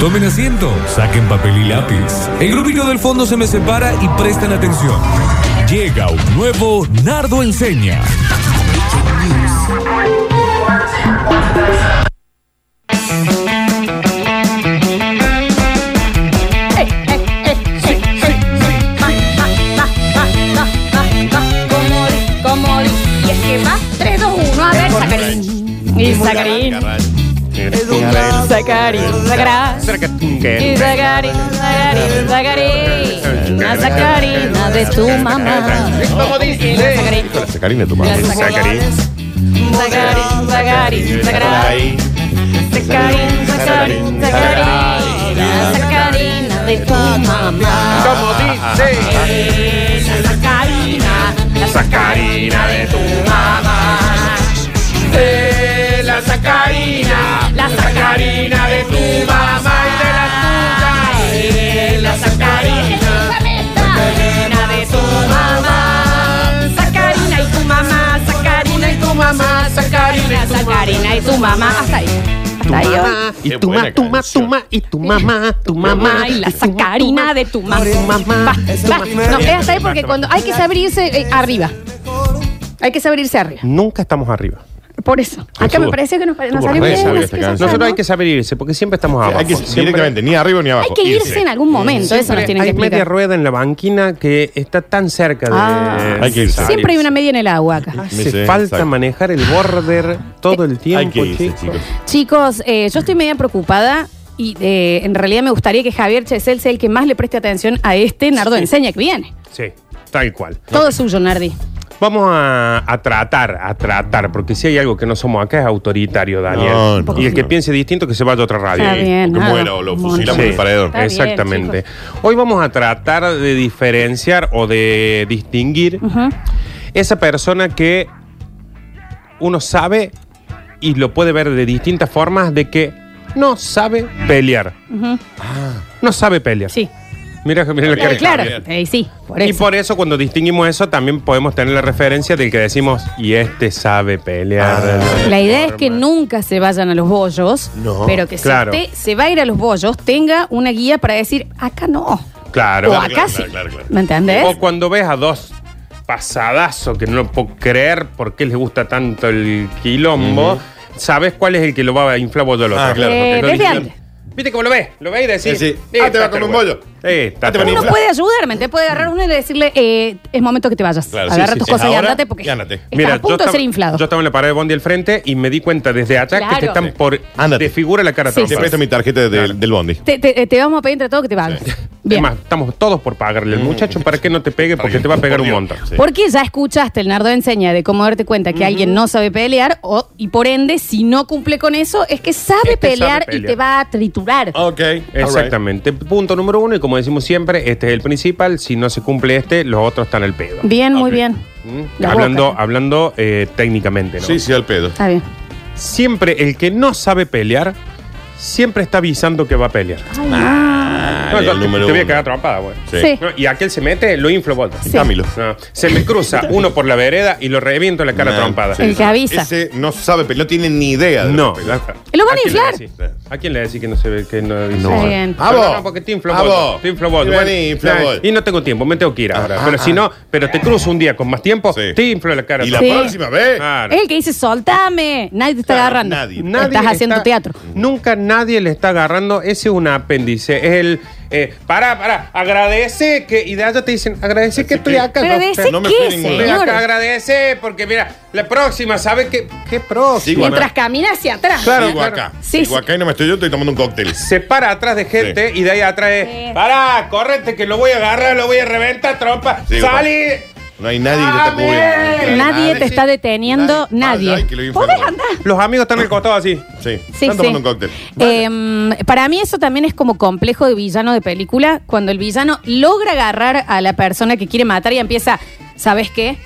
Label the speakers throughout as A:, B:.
A: Tomen asiento, saquen papel y lápiz. El grupito del fondo se me separa y prestan atención. Llega un nuevo Nardo Enseña.
B: Como li, y es que va 3, 2, 1, a ver, Zacarín. Y Zacarín, Zacarín, Zacarín. Y Zacarín, Zacarín, Zacarín. La Zacarina de tu mamá.
C: Como
B: Y
C: dice.
B: la Zacarín,
D: La sacarina tu
B: la
D: madre.
B: Zacarín. Zacarín, Zacarín, Zacarín. Zacarín, Zacarín, Zacarín. La Zacarina de tu mamá.
D: Ah,
C: Como dice.
B: Es la Zacarina, la Zacarina de tu mamá.
C: De la sacarina.
B: La
C: Sacarina de tu mamá y de la tuya.
B: Eres la Sacarina. Sacarina de tu mamá. Sacarina y tu mamá. Sacarina y tu mamá. Sacarina, Sacarina y tu mamá. Hasta ahí. Hasta ahí hoy.
E: Y
D: Qué
E: tu
D: buena
E: ma, tu ma, tu
D: canción.
E: ma, y tu mamá, tu mamá.
B: Mamá y la
E: y tu ma,
B: sacarina de tu mamá.
E: tu mamá.
B: Va, va. No, es hasta ahí porque cuando hay que saber irse eh, arriba. Hay que saber irse arriba.
E: Nunca estamos arriba.
B: Por eso. Acá
D: Estuvo-
B: me parece que nos, nos
D: estuvo
B: salimos
D: re sabio
B: así
D: esta
B: que
D: canción.
E: Nosotros
B: ¿no?
E: hay que saber irse, porque siempre estamos abajo.
D: Hay que
E: Siempre-
D: directamente, ni arriba ni
B: Hay
D: abajo.
B: que irse en algún momento. Eso nos
E: Siempre
B: tienen que
E: hay media
B: explicar.
E: rueda en la banquina que está tan cerca de.
B: Ah.
D: Hay que irse.
B: Siempre hay una media en el agua acá.
D: Me
E: Hace
D: sé,
E: falta
D: exacto.
E: manejar el border todo el tiempo,
D: Hay que irse,
E: chicos.
D: chicos.
B: Chicos, eh, yo estoy media preocupada y eh, en realidad me gustaría que Javier Chesel sea el que más le preste atención a este Nardo Enseña que viene.
E: Sí, tal cual.
B: Todo suyo, Nardi.
E: Vamos a, a tratar, a tratar, porque si hay algo que no somos acá es autoritario, Daniel.
D: No, no,
E: y el que
D: no.
E: piense distinto que se vaya a otra radio.
B: Está bien.
D: o que
B: nada.
D: muera o lo
B: Bueno.
D: fusilamos
E: Sí.
D: en el paredón.
B: Está bien,
E: Exactamente.
B: chicos.
E: Hoy vamos a tratar de diferenciar o de distinguir esa persona que uno sabe y lo puede ver de distintas formas de que no sabe pelear. No sabe pelear.
B: Sí.
E: Mira, mira la
B: Claro,
E: cara.
B: claro.
D: Javier.
B: Eh, sí, por
E: Y
B: eso.
E: por eso cuando distinguimos eso también podemos tener la referencia del que decimos, y este sabe pelear.
D: Ah.
B: La idea es que nunca se vayan a los bollos,
D: No,
B: pero que
E: claro.
B: si usted se va a ir a los bollos, tenga una guía para decir, acá no.
E: Claro.
B: o acá
D: claro,
B: sí.
D: claro, claro.
B: ¿Me entendés?
E: O cuando ves a dos pasadazos que no lo puedo creer por qué les gusta tanto el quilombo, sabes cuál es el que lo va a inflar bollo al otro.
D: Ah, claro,
B: Eh,
D: porque no
B: desde
D: dijeron-
B: antes.
E: Viste cómo lo ves, lo ves y decís.
D: Sí, sí.
E: eh,
D: Ah, te va a comer
E: tata,
D: un
E: bueno.
D: bollo.
E: Eh,
D: Ah, te
E: tata,
D: van a
B: Uno
E: bueno.
D: inflar.
B: puede ayudarme, te puede agarrar uno y decirle, eh, es momento que te vayas.
D: Claro, sí,
B: Agarra
D: sí,
B: tus
D: sí.
B: cosas y
D: Ahora
B: andate porque
D: y ándate.
B: estás a punto de
E: estaba,
B: ser inflado.
E: yo estaba en la parada de Bondi al frente y me di cuenta desde allá que
B: Claro.
E: te están por
D: Ándate.
E: de figura la cara
B: Sí,
E: tan
B: sí,
D: Te presto mi tarjeta del-
E: Claro.
D: del bondi.
B: Te, te- te vamos a pedir entre todos que te vayas. Bien.
E: Además, estamos todos por pagarle al muchacho para que no te pegue porque
D: Para
E: te va a
D: que-
E: pegar
D: por
E: un
D: Dios.
E: montón.
D: Mm. Sí.
B: Porque ya escuchaste el Nardo enseña de cómo darte cuenta que alguien no sabe pelear o, y por ende, si no cumple con eso, es que sabe,
E: Es
D: Este
E: que sabe
B: pelear, y
E: pelear.
B: te va a triturar.
D: Ok.
E: Exactamente. Punto número uno, y como decimos siempre, este es el principal. Si no se cumple este, los otros están al pedo.
B: Bien, muy
D: Ok.
B: bien.
E: ¿Mm?
B: La
E: Hablando,
B: boca.
E: hablando eh, técnicamente, ¿no?
D: Sí, sí, al pedo.
B: Está bien.
E: Siempre el que no sabe pelear, siempre está avisando que va a pelear.
D: Ah,
E: No,
D: el
E: yo te,
D: número
E: te voy a
D: uno.
E: quedar atrapada, güey.
D: Sí.
B: Sí.
E: No, y aquel se mete, lo inflo bolsa.
B: Sí.
D: Dámelo.
E: No, se me cruza uno por la vereda y lo reviento en la cara
D: Nah,
E: trompada.
D: sí,
B: El
D: sí.
B: que avisa.
D: Ese no sabe pelear, no tiene ni idea de
E: No.
D: lo que pelea.
B: ¿Lo van a
E: quién le
B: inflar?
E: decís? ¿A quién le decís que no se ve que no avisa?
B: Está bien.
D: A
E: No,
D: vos.
E: no, no, porque te inflo
D: A
E: bollo,
D: vos.
E: Te inflo bollo.
D: Y
E: Bueno,
D: vení, infla
E: nah,
D: bollo.
E: y no tengo tiempo, me tengo que ir ahora.
D: Ah,
E: pero
D: ah,
E: si no, pero te cruzo un día con más tiempo,
D: Sí.
E: te inflo la cara.
D: Y la Ah.
B: Sí.
D: próxima vez.
E: Claro.
B: Es el que dice, soltame. Nadie te está
D: Claro,
B: agarrando.
D: nadie.
E: Nadie
B: Estás
E: le
B: haciendo
E: está-
B: teatro.
E: Nunca nadie le está agarrando. Ese es un apéndice. Es el. Eh, para, para. Agradece que. Y de allá te dicen, agradece que estoy acá.
B: Agradece
D: no me
B: qué,
D: fui ningún
E: Estoy
D: lado.
E: acá,
B: señor.
E: agradece porque mira, la próxima, ¿sabe qué? ¿Qué próxima?
B: Mientras camina hacia atrás.
E: Claro.
D: Sigo acá.
B: Sí,
D: Sigo
B: sí.
D: acá y no me estoy yo, estoy tomando un cóctel.
E: Se para atrás de gente y de ahí atrás es.
B: Sí.
E: Pará, córrete que lo voy a agarrar, lo voy a reventar, trompa.
D: Sí,
E: Salí.
D: No hay nadie que te está
E: ¡Dame!
D: cubriendo.
B: Nadie te está deteniendo,
D: Vaya,
B: nadie.
D: ay, que lo vi enfermo.
B: ¿Podés andar?
E: Los amigos están al costado así.
D: Sí.
B: Sí,
D: Están tomando
B: sí.
D: un cóctel.
B: Em, para mí eso también es como complejo de villano de película, cuando el villano logra agarrar a la persona que quiere matar y empieza, ¿sabes qué?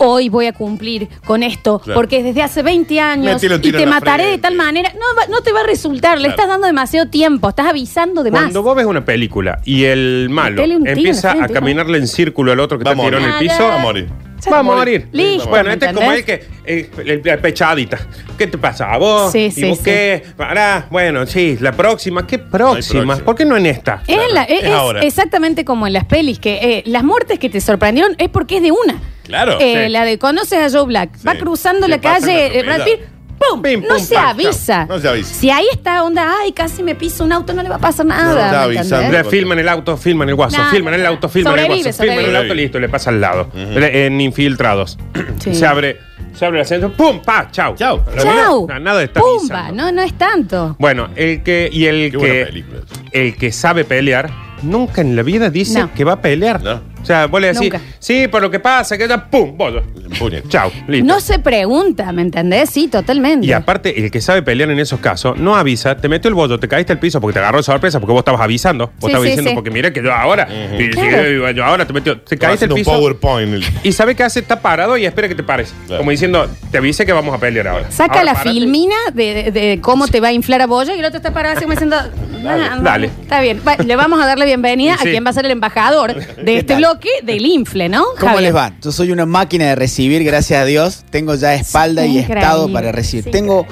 B: Hoy voy a cumplir con esto,
D: Claro.
B: porque desde hace 20 años
D: Métele un
B: y
D: tiro
B: te
D: en la
B: mataré de
D: frente.
B: tal manera, no, va- no te va a resultar, le
D: Claro.
B: estás dando demasiado tiempo, estás avisando de más.
E: Cuando vos ves una película y el malo
B: Metele un tiro en la
E: empieza
B: frente, Ah,
E: a
B: hijo.
E: caminarle en círculo al otro que
D: Va a
E: está tirado en el
B: morir.
E: piso,
D: Va a morir.
B: Se
E: va a morir.
B: Listo,
E: bueno, este es como
B: ¿entendés?
E: el que. eh, el- la pechadita. ¿Qué te pasa? ¿A vos?
B: Sí,
E: ¿Y
B: sí,
E: vos
B: sí.
E: qué? Pará. Bueno, sí, la próxima. ¿Qué próxima?
D: próxima.
E: ¿Por qué no en esta?
B: Es, la- es-
D: es
B: es
D: ahora.
B: exactamente como en las pelis, que eh, las muertes que te sorprendieron es porque es de una.
D: Claro.
B: Eh,
E: sí.
B: La de conoces a Joe Black, va
D: Sí.
B: cruzando
D: Que
B: la
D: pasa una
B: calle, eh, Brad Pitt,
D: atropellada.
B: ¡pum!
E: Pim,
B: no
E: pum,
B: se
E: pam,
B: avisa.
D: chao. No se avisa.
B: Si ahí está onda, ay, casi me piso un auto, no le va a pasar nada.
D: está
B: ¿me entendés?
D: avisando.
E: Le filman el auto, filman el guaso,
B: Nah,
E: filman el
B: nah.
E: auto, filman el
B: Sobrevive,
E: guaso, filman el
B: sobrevive.
E: auto, listo, le pasa al lado. Le- En infiltrados.
B: Sí.
E: Se abre, se abre el ascensor, ¡pum! ¡Pa! ¡Chau!
D: Chau.
E: ¿Lo
B: Chau.
E: vieron? Nah, Nada está
B: Pumba,
E: avisando.
B: no, no es tanto.
E: Bueno, el que. Y el
D: Qué buena
E: que.
D: película.
E: El que sabe pelear, nunca en la vida dice
B: No.
E: que va a pelear.
D: No.
E: O sea, vos le decís,
B: Nunca.
E: sí, por lo que pasa, que ya, ¡pum! Bollo.
D: Puñet.
E: Chau, listo.
B: No se pregunta, ¿me entendés? Sí, totalmente.
E: Y aparte, el que sabe pelear en esos casos, no avisa, te metió el bollo, te caíste al piso porque te agarró de sorpresa, porque vos estabas avisando. Vos
B: Sí,
E: estabas
B: sí,
E: diciendo,
B: sí.
E: porque mira que yo ahora, y- y-
B: Claro.
E: y- yo ahora te metió, te
D: Estaba
E: caíste al
D: haciendo un
E: piso.
D: PowerPoint. el-
E: Y sabe qué hace, está parado y espera que te pares.
D: Claro.
E: Como diciendo, te avise que vamos a pelear ahora.
B: Saca
E: Ahora
B: la
E: parate.
B: filmina de, de- de cómo te va a inflar a Boya y el otro está parado así como diciendo. "Ah, no,
E: dale".
B: Está bien. Va, le vamos a darle bienvenida
E: Sí.
B: a quien va a ser el embajador de este
F: tal?
B: bloque del infle, ¿no?
F: ¿Cómo
B: Javier?
F: les va? Yo soy una máquina de recibir, gracias a Dios. Tengo ya espalda
B: Sí,
F: y estado
B: increíble,
F: para recibir.
B: sí,
F: Tengo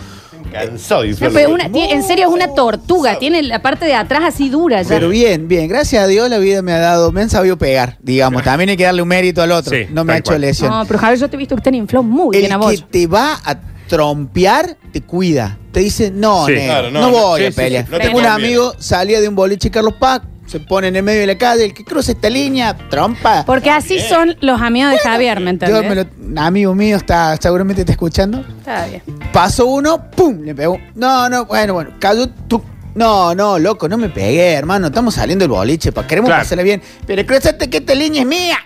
D: Cansado. de
B: No, pero una- tiene- en serio es una tortuga. Tiene la parte de atrás así dura ya.
F: Pero bien, bien, gracias a Dios la vida me ha dado, me han sabido pegar, digamos. También hay que darle un mérito al otro.
E: Sí,
F: no me
E: tal
F: ha hecho
E: cual.
F: lesión.
B: no, pero Javier, yo te he visto que te han inflado muy bien a
F: El que
B: vos.
F: te va a trompear, te cuida. Te dice, no,
E: Sí.
F: negro,
D: Claro, no,
F: no,
D: no,
F: voy
E: sí,
F: a
E: sí,
F: pelear.
D: sí, no te
F: Tengo un
D: conviene.
F: amigo, salía de un boliche Carlos Paz, se pone en el medio de la calle, el que cruza esta línea, trompa.
B: Porque así son los amigos de Javier, ¿me
F: Yo
B: entendés?
F: me lo- amigo mío está, seguramente está escuchando.
B: Está bien.
F: Pasó uno, ¡pum! Le pegó. No, no, bueno, bueno. Cayó. tuc. No, no, loco, no me pegué, hermano. Estamos saliendo del boliche, pa, queremos
E: Claro.
F: pasarla bien. Pero cruzate que esta línea es mía.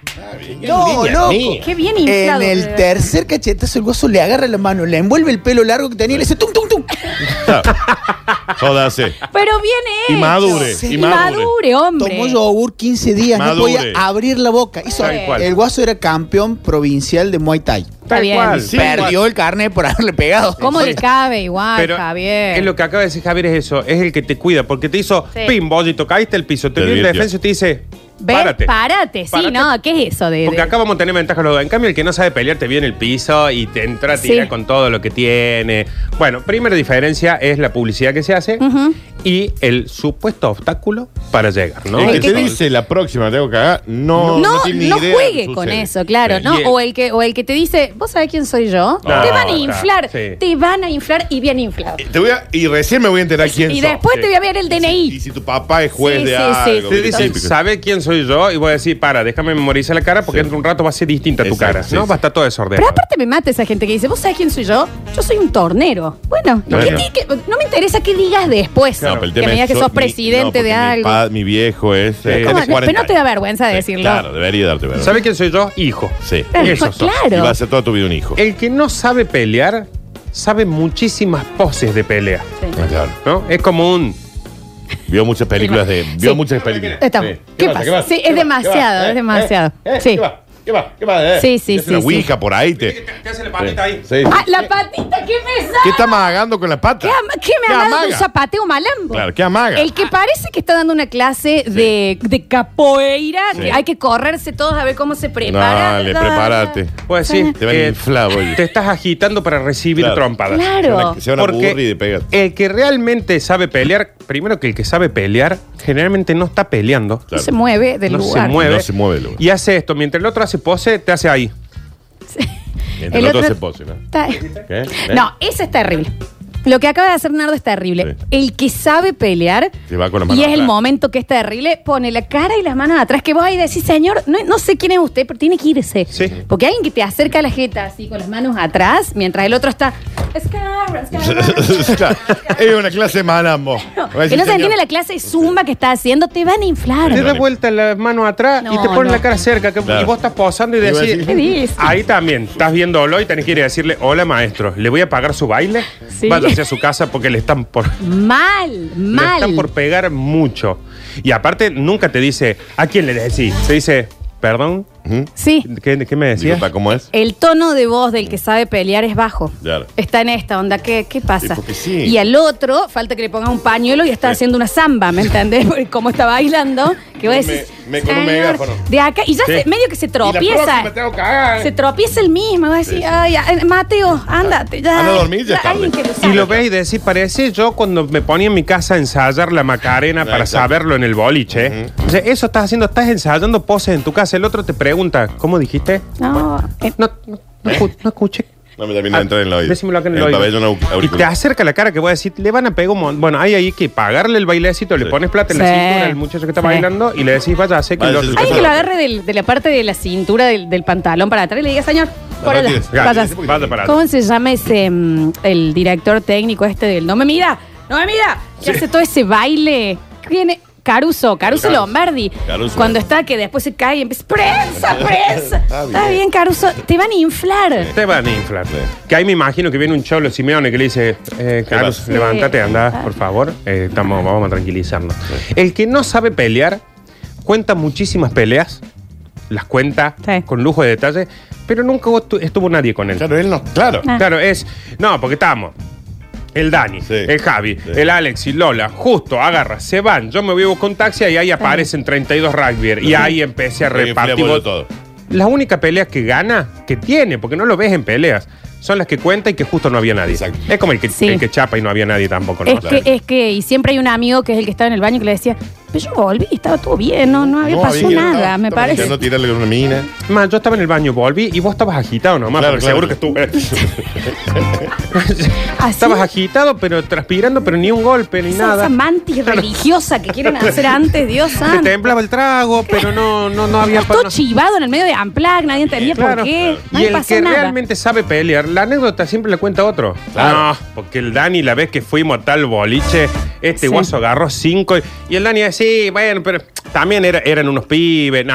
F: No,
E: línea es
F: loco.
E: mía.
B: Qué bien
F: En
B: inflado.
F: el tercer cachetazo, el gozo le agarra la mano, le envuelve el pelo largo que tenía y le dice tum, tum, tum.
D: Jódase.
B: Pero viene
D: Y madure,
B: Sí.
D: y
B: Y
D: madure.
B: madure, hombre.
F: Tomó yogur 15 días,
D: Madure.
F: no podía abrir la boca. Hizo-
E: Tal cual.
F: el guaso era campeón provincial de Muay Thai.
B: Está
E: Tal
B: bien.
E: cual.
D: Sí,
F: Perdió el carnet por haberle pegado.
B: ¿Cómo le cabe igual,
E: Pero
B: Javier?
E: es lo que acaba de decir Javier, es eso. Es el que te cuida, porque te hizo
B: Sí.
E: pim, bollito, caíste al piso, te
D: Te
E: vio el
D: divirtió.
E: defensa y te dice,
B: Ven,
E: párate.
B: párate. Sí,
E: Párate.
B: no, ¿qué es eso de...?
E: Porque
B: de-
E: acá vamos a tener ventaja los dos. En cambio, el que no sabe pelear te viene el piso y te entra a tirar
B: Sí.
E: con todo lo que tiene. Bueno, primera diferencia es la publicidad que se hace
B: Ujú.
E: y el supuesto obstáculo para llegar, ¿no?
D: El que
B: Es
D: te
B: que-
D: dice la próxima tengo que cagar,
B: No,
D: no,
B: no,
D: tiene ni idea de
B: juegue
D: lo que
B: con
D: sucede.
B: eso, claro,
E: Sí.
B: ¿no?
E: Y el-
B: O el, que, o el que te dice, ¿vos sabés quién soy yo?
E: No,
B: te van a
E: claro,
B: inflar,
E: sí.
B: te van a inflar y bien inflado.
D: Eh, Te voy a, y recién me voy a enterar quién
B: Y
D: sos.
B: después
E: sí.
B: te voy a ver el
D: Y
B: DNI.
D: si tu papá es juez
B: Sí, sí,
D: de algo.
B: sí.
E: Te
D: ¿viste?
E: dicen,
D: Típico.
E: sabe quién soy yo y voy a decir, para, déjame memorizar la cara porque
D: Sí.
E: dentro de un rato va a ser distinta tu
D: Exacto,
E: cara,
D: sí,
E: ¿no?
D: sí.
E: Va a estar todo desordenado.
B: Pero aparte me mata esa gente que dice, ¿vos sabés quién soy yo? Yo soy un tornero. Bueno, ¿qué
D: Bueno.
B: tiene que- no me interesa qué digas después.
D: No, pero el
B: que
D: tema
B: me digas
D: es
B: que
D: yo-
B: sos
D: mi-
B: presidente
D: no,
B: de
D: porque mi
B: algo.
D: pa- Mi, viejo es. eh,
E: Sí.
D: tiene
B: ¿Cómo? pero
D: 40
B: no te da vergüenza
D: Sí,
B: decirlo.
D: Claro, debería darte vergüenza.
E: ¿Sabe quién soy yo? Hijo.
D: Sí.
B: Pero,
E: Eso sos.
B: claro.
D: Y va a ser toda tu vida un hijo.
E: El que no sabe pelear, sabe muchísimas poses de pelea,
B: Sí.
D: Ah, claro.
E: ¿no? Es como un...
D: Vio muchas películas de. Vio
B: Sí.
D: muchas películas.
B: Estamos.
D: Sí.
B: ¿Qué
D: pasa?
B: pasa?
D: pasa?
B: Sí, es
D: ¿Qué pasa?
B: demasiado,
D: ¿Qué
B: es
D: pasa?
B: demasiado.
D: ¿Eh? ¿Eh?
B: Sí.
D: ¿Qué va? ¿Qué va? ¿Qué va? Eh.
B: Sí, sí,
D: Es una
B: sí, sí.
D: ouija por ahí. Te...
E: hace la
D: Sí.
B: Ah, la patita, qué pesada.
D: ¿Qué está amagando con la pata?
B: ¿Qué, ama- qué me ha dado de un
D: amaga?
B: zapateo malambo?
D: Claro, ¿qué amaga?
B: El que parece que está dando una clase de, de capoeira,
D: Sí.
B: que hay que correrse todos a ver cómo se prepara.
D: Dale, prepárate.
E: Pues sí,
D: Te ven inflado, oye.
E: te estás agitando para recibir
D: Claro.
E: trompadas.
B: Claro. Eh,
D: Se van a
E: Porque
D: aburrir y pegar.
E: El que realmente sabe pelear, primero que el que sabe pelear, generalmente no está peleando.
B: No se mueve del
E: no
B: lugar.
E: se mueve.
D: No se mueve del lugar.
E: Y hace esto. Mientras el otro hace pose, te hace ahí.
D: Entre
B: el
D: los dos
B: otro-
D: se posen, ¿no?
B: Está-
D: ¿Qué?
B: No, eso es terrible. Lo que acaba de hacer Nardo es terrible.
D: Sí.
B: El que sabe pelear
D: Se va con las
B: y
D: manos
B: es el
D: atrás.
B: momento que es terrible, pone la cara y las manos atrás. Que vos ahí decís, señor, no, no sé quién es usted, pero tiene que irse.
E: Sí.
B: Porque alguien que te acerca la jeta así con las manos atrás, mientras el otro está. "Scarra, scarra, scarra".
D: es una clase de manambo. Va a
B: Que
D: decir,
B: no se
D: señor,
B: entiende la clase de zumba que está haciendo, te van a inflar.
E: Te da
D: Dale.
E: vuelta la mano atrás
B: No,
E: y te ponen
B: no.
E: la cara cerca. que-
D: Claro.
E: Y vos estás posando y
D: Y vos
E: decís.
D: decís,
B: ¿Qué dices?
E: Ahí también, estás viéndolo y tenés que ir a decirle, hola maestro, ¿le voy a pagar su baile?
B: Sí.
E: Váyase a su casa porque le están por,
B: Mal,
E: le
B: mal.
E: están por pegar mucho. Y aparte, nunca te dice, ¿a quién le decís? Se dice, perdón.
D: Ujú.
B: Sí.
E: ¿Qué, qué me decías?
D: Disculpa, ¿cómo es?
B: El tono de voz del que sabe pelear es bajo.
D: Mm. Claro.
B: Está en esta onda, ¿qué, qué pasa?
D: Y porque sí.
B: Y al otro, falta que le pongas un pañuelo y está
D: Sí.
B: haciendo una samba, ¿me entendés? Porque como está bailando, que vos
D: Me-
B: decís.
D: me con un
B: "Señor",
D: megáfono.
B: De acá, y ya
E: Sí.
B: se- medio que se
D: Y la próxima
B: tropieza.
D: tengo que hacer.
B: Se tropieza el mismo, vas a decir, ay, ay, Mateo, ándate, ya.
D: Anda a dormir, ya es tarde.
B: Alguien que lo
E: Y lo
B: saque.
E: veis y decís, parece yo cuando me ponía en mi casa a ensayar la Macarena para
D: Exacto.
E: saberlo en el boliche. O sea, eso estás haciendo, estás ensayando poses en tu casa. El otro te pregunta, ¿cómo dijiste?
B: No, eh,
E: No, no, no escu- no escuché. Ah,
D: No me termina de entrar en el oído.
E: Decímelo acá en el, oído.
D: pabellón au-
E: Y te
D: auricular.
E: acerca la cara que voy a decir, le van a pegar un montón. Bueno, hay ahí que pagarle el bailecito, le
D: Sí.
E: pones plata en la
B: Sí.
E: cintura al muchacho que está
B: Sí.
E: bailando y le decís, vaya, sé que el
D: Vaya,
E: otro-
D: se-
B: alguien que lo agarre del- de la parte de la cintura del, del pantalón para atrás y le diga, señor, por allá,
D: retires,
E: Gato,
B: vaya".
D: retires.
E: vaya para atrás.
B: ¿Cómo se llama ese mm, el director técnico este del No me mira? No me mira. Que hace todo ese baile. Viene Caruso, Caruso
D: Caruso.
B: Lombardi.
D: Caruso.
B: Cuando está que después se cae y empieza prensa, prensa.
D: Está bien.
B: Está bien, Caruso, te van a inflar.
E: Te van a inflar. eh.
D: Sí.
E: Que ahí me imagino que viene un cholo Simeone que le dice, eh, Carlos,
D: pasa?
E: levántate,
B: Sí.
E: anda, por favor. Eh, estamos, vamos a tranquilizarnos. El que no sabe pelear, cuenta muchísimas peleas, las cuenta
B: Sí.
E: con lujo de detalle, pero nunca estu- estuvo nadie con él.
D: Claro, él no. Claro.
B: Ah.
E: Claro, es. No, porque estamos. El Dani,
D: Sí.
E: el Javi,
D: Sí.
E: el Alex y Lola, justo agarra, se van. Yo me voy a buscar un taxi y ahí aparecen 32 rugby. Y ahí empecé a
D: Porque
E: repartir.
D: fleabolo
E: bol-
D: todo.
E: Las únicas peleas que gana, que tiene, porque no lo ves en peleas, son las que cuenta y que justo no había nadie.
D: Exacto.
E: Es como el que,
B: Sí.
E: el que chapa y no había nadie tampoco. ¿no?
B: Es que, es que, y siempre hay un amigo que es el que estaba en el baño que le decía, pero yo volví, estaba todo bien, no, no había pasado
D: había-
B: nada,
D: estaba-
B: me
D: estaba
B: parece.
D: intentando tirarle con una mina.
E: Más, yo estaba en el baño, volví y vos estabas agitado nomás,
D: Claro,
E: porque
D: claro.
E: seguro que estuve.
B: Así-
E: estabas agitado, pero transpirando, pero ni un golpe, ni
B: esa,
E: nada.
B: esa mantis religiosa que quieren hacer antes, Dios
E: Te
B: santo.
E: temblaba el trago, pero no, no, no había...
B: Todo
E: no-
B: chivado en el medio de Amplac, nadie entendía
E: Claro.
B: por qué. No
E: y
B: le
E: el
B: pasó
E: que
B: nada.
E: realmente sabe pelear, la anécdota siempre la cuenta otro.
D: Claro.
E: No, porque el Dani, la vez que fuimos a tal boliche,
B: Sí.
E: este guaso agarró cinco. Y, y el Dani, sí, bueno, pero también era- eran unos pibes. No,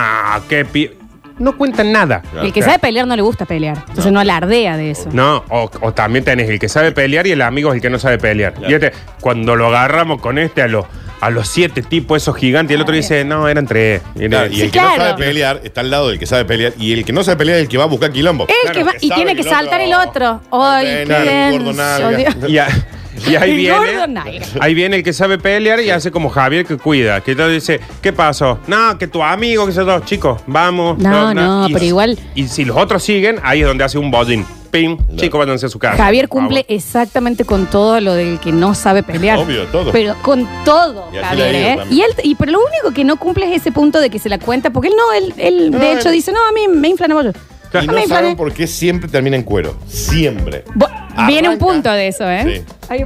E: qué pibes. No cuentan nada.
B: El que sabe pelear no le gusta pelear. Entonces no alardea de eso.
E: No, o, o también tenés el que sabe pelear y el amigo es el que no sabe pelear.
D: Claro.
E: Y este, cuando lo agarramos con este a los, a los siete tipos, esos gigantes, y el otro dice, no, eran tres. Era-
D: Claro, y
B: Sí,
D: el que no
B: claro.
D: sabe pelear está al lado del que sabe pelear. Y el que no sabe pelear es el que va a buscar quilombo.
B: El que va- y
D: sabe
B: tiene que saltar el otro. Ay,
D: Ven,
B: qué
D: el gordo
B: denso,
D: nalga.
B: Dios.
E: Y, a- y ahí
B: El gordo
E: viene.
B: nalga.
E: Ahí viene el que sabe pelear y hace como Javier que cuida. Que entonces dice, ¿qué pasó? No, que tu amigo, que esos dos chicos, vamos.
B: No, no,
E: Y
B: pero
E: si-
B: igual-
E: Y si los otros siguen, ahí es donde hace un bollín. Pim, chicos, váyanse a su casa.
B: Javier
E: Por favor.
B: cumple exactamente con todo lo del que no sabe pelear.
D: Obvio, todo.
B: Pero con todo,
D: Y así
B: Javier,
D: le ha ido
B: ¿eh?
D: también.
B: Y él, y, pero lo único que no cumple es ese punto de que se la cuenta, porque él no, él, él de hecho dice, no, a mí me inflan a bollo. A
D: Y
B: mí
D: no
B: me inflan
D: saben
B: a-
D: por qué siempre termina en cuero. Siempre.
B: Bo- Viene un
D: Arranca.
B: punto de eso, ¿eh? Ay,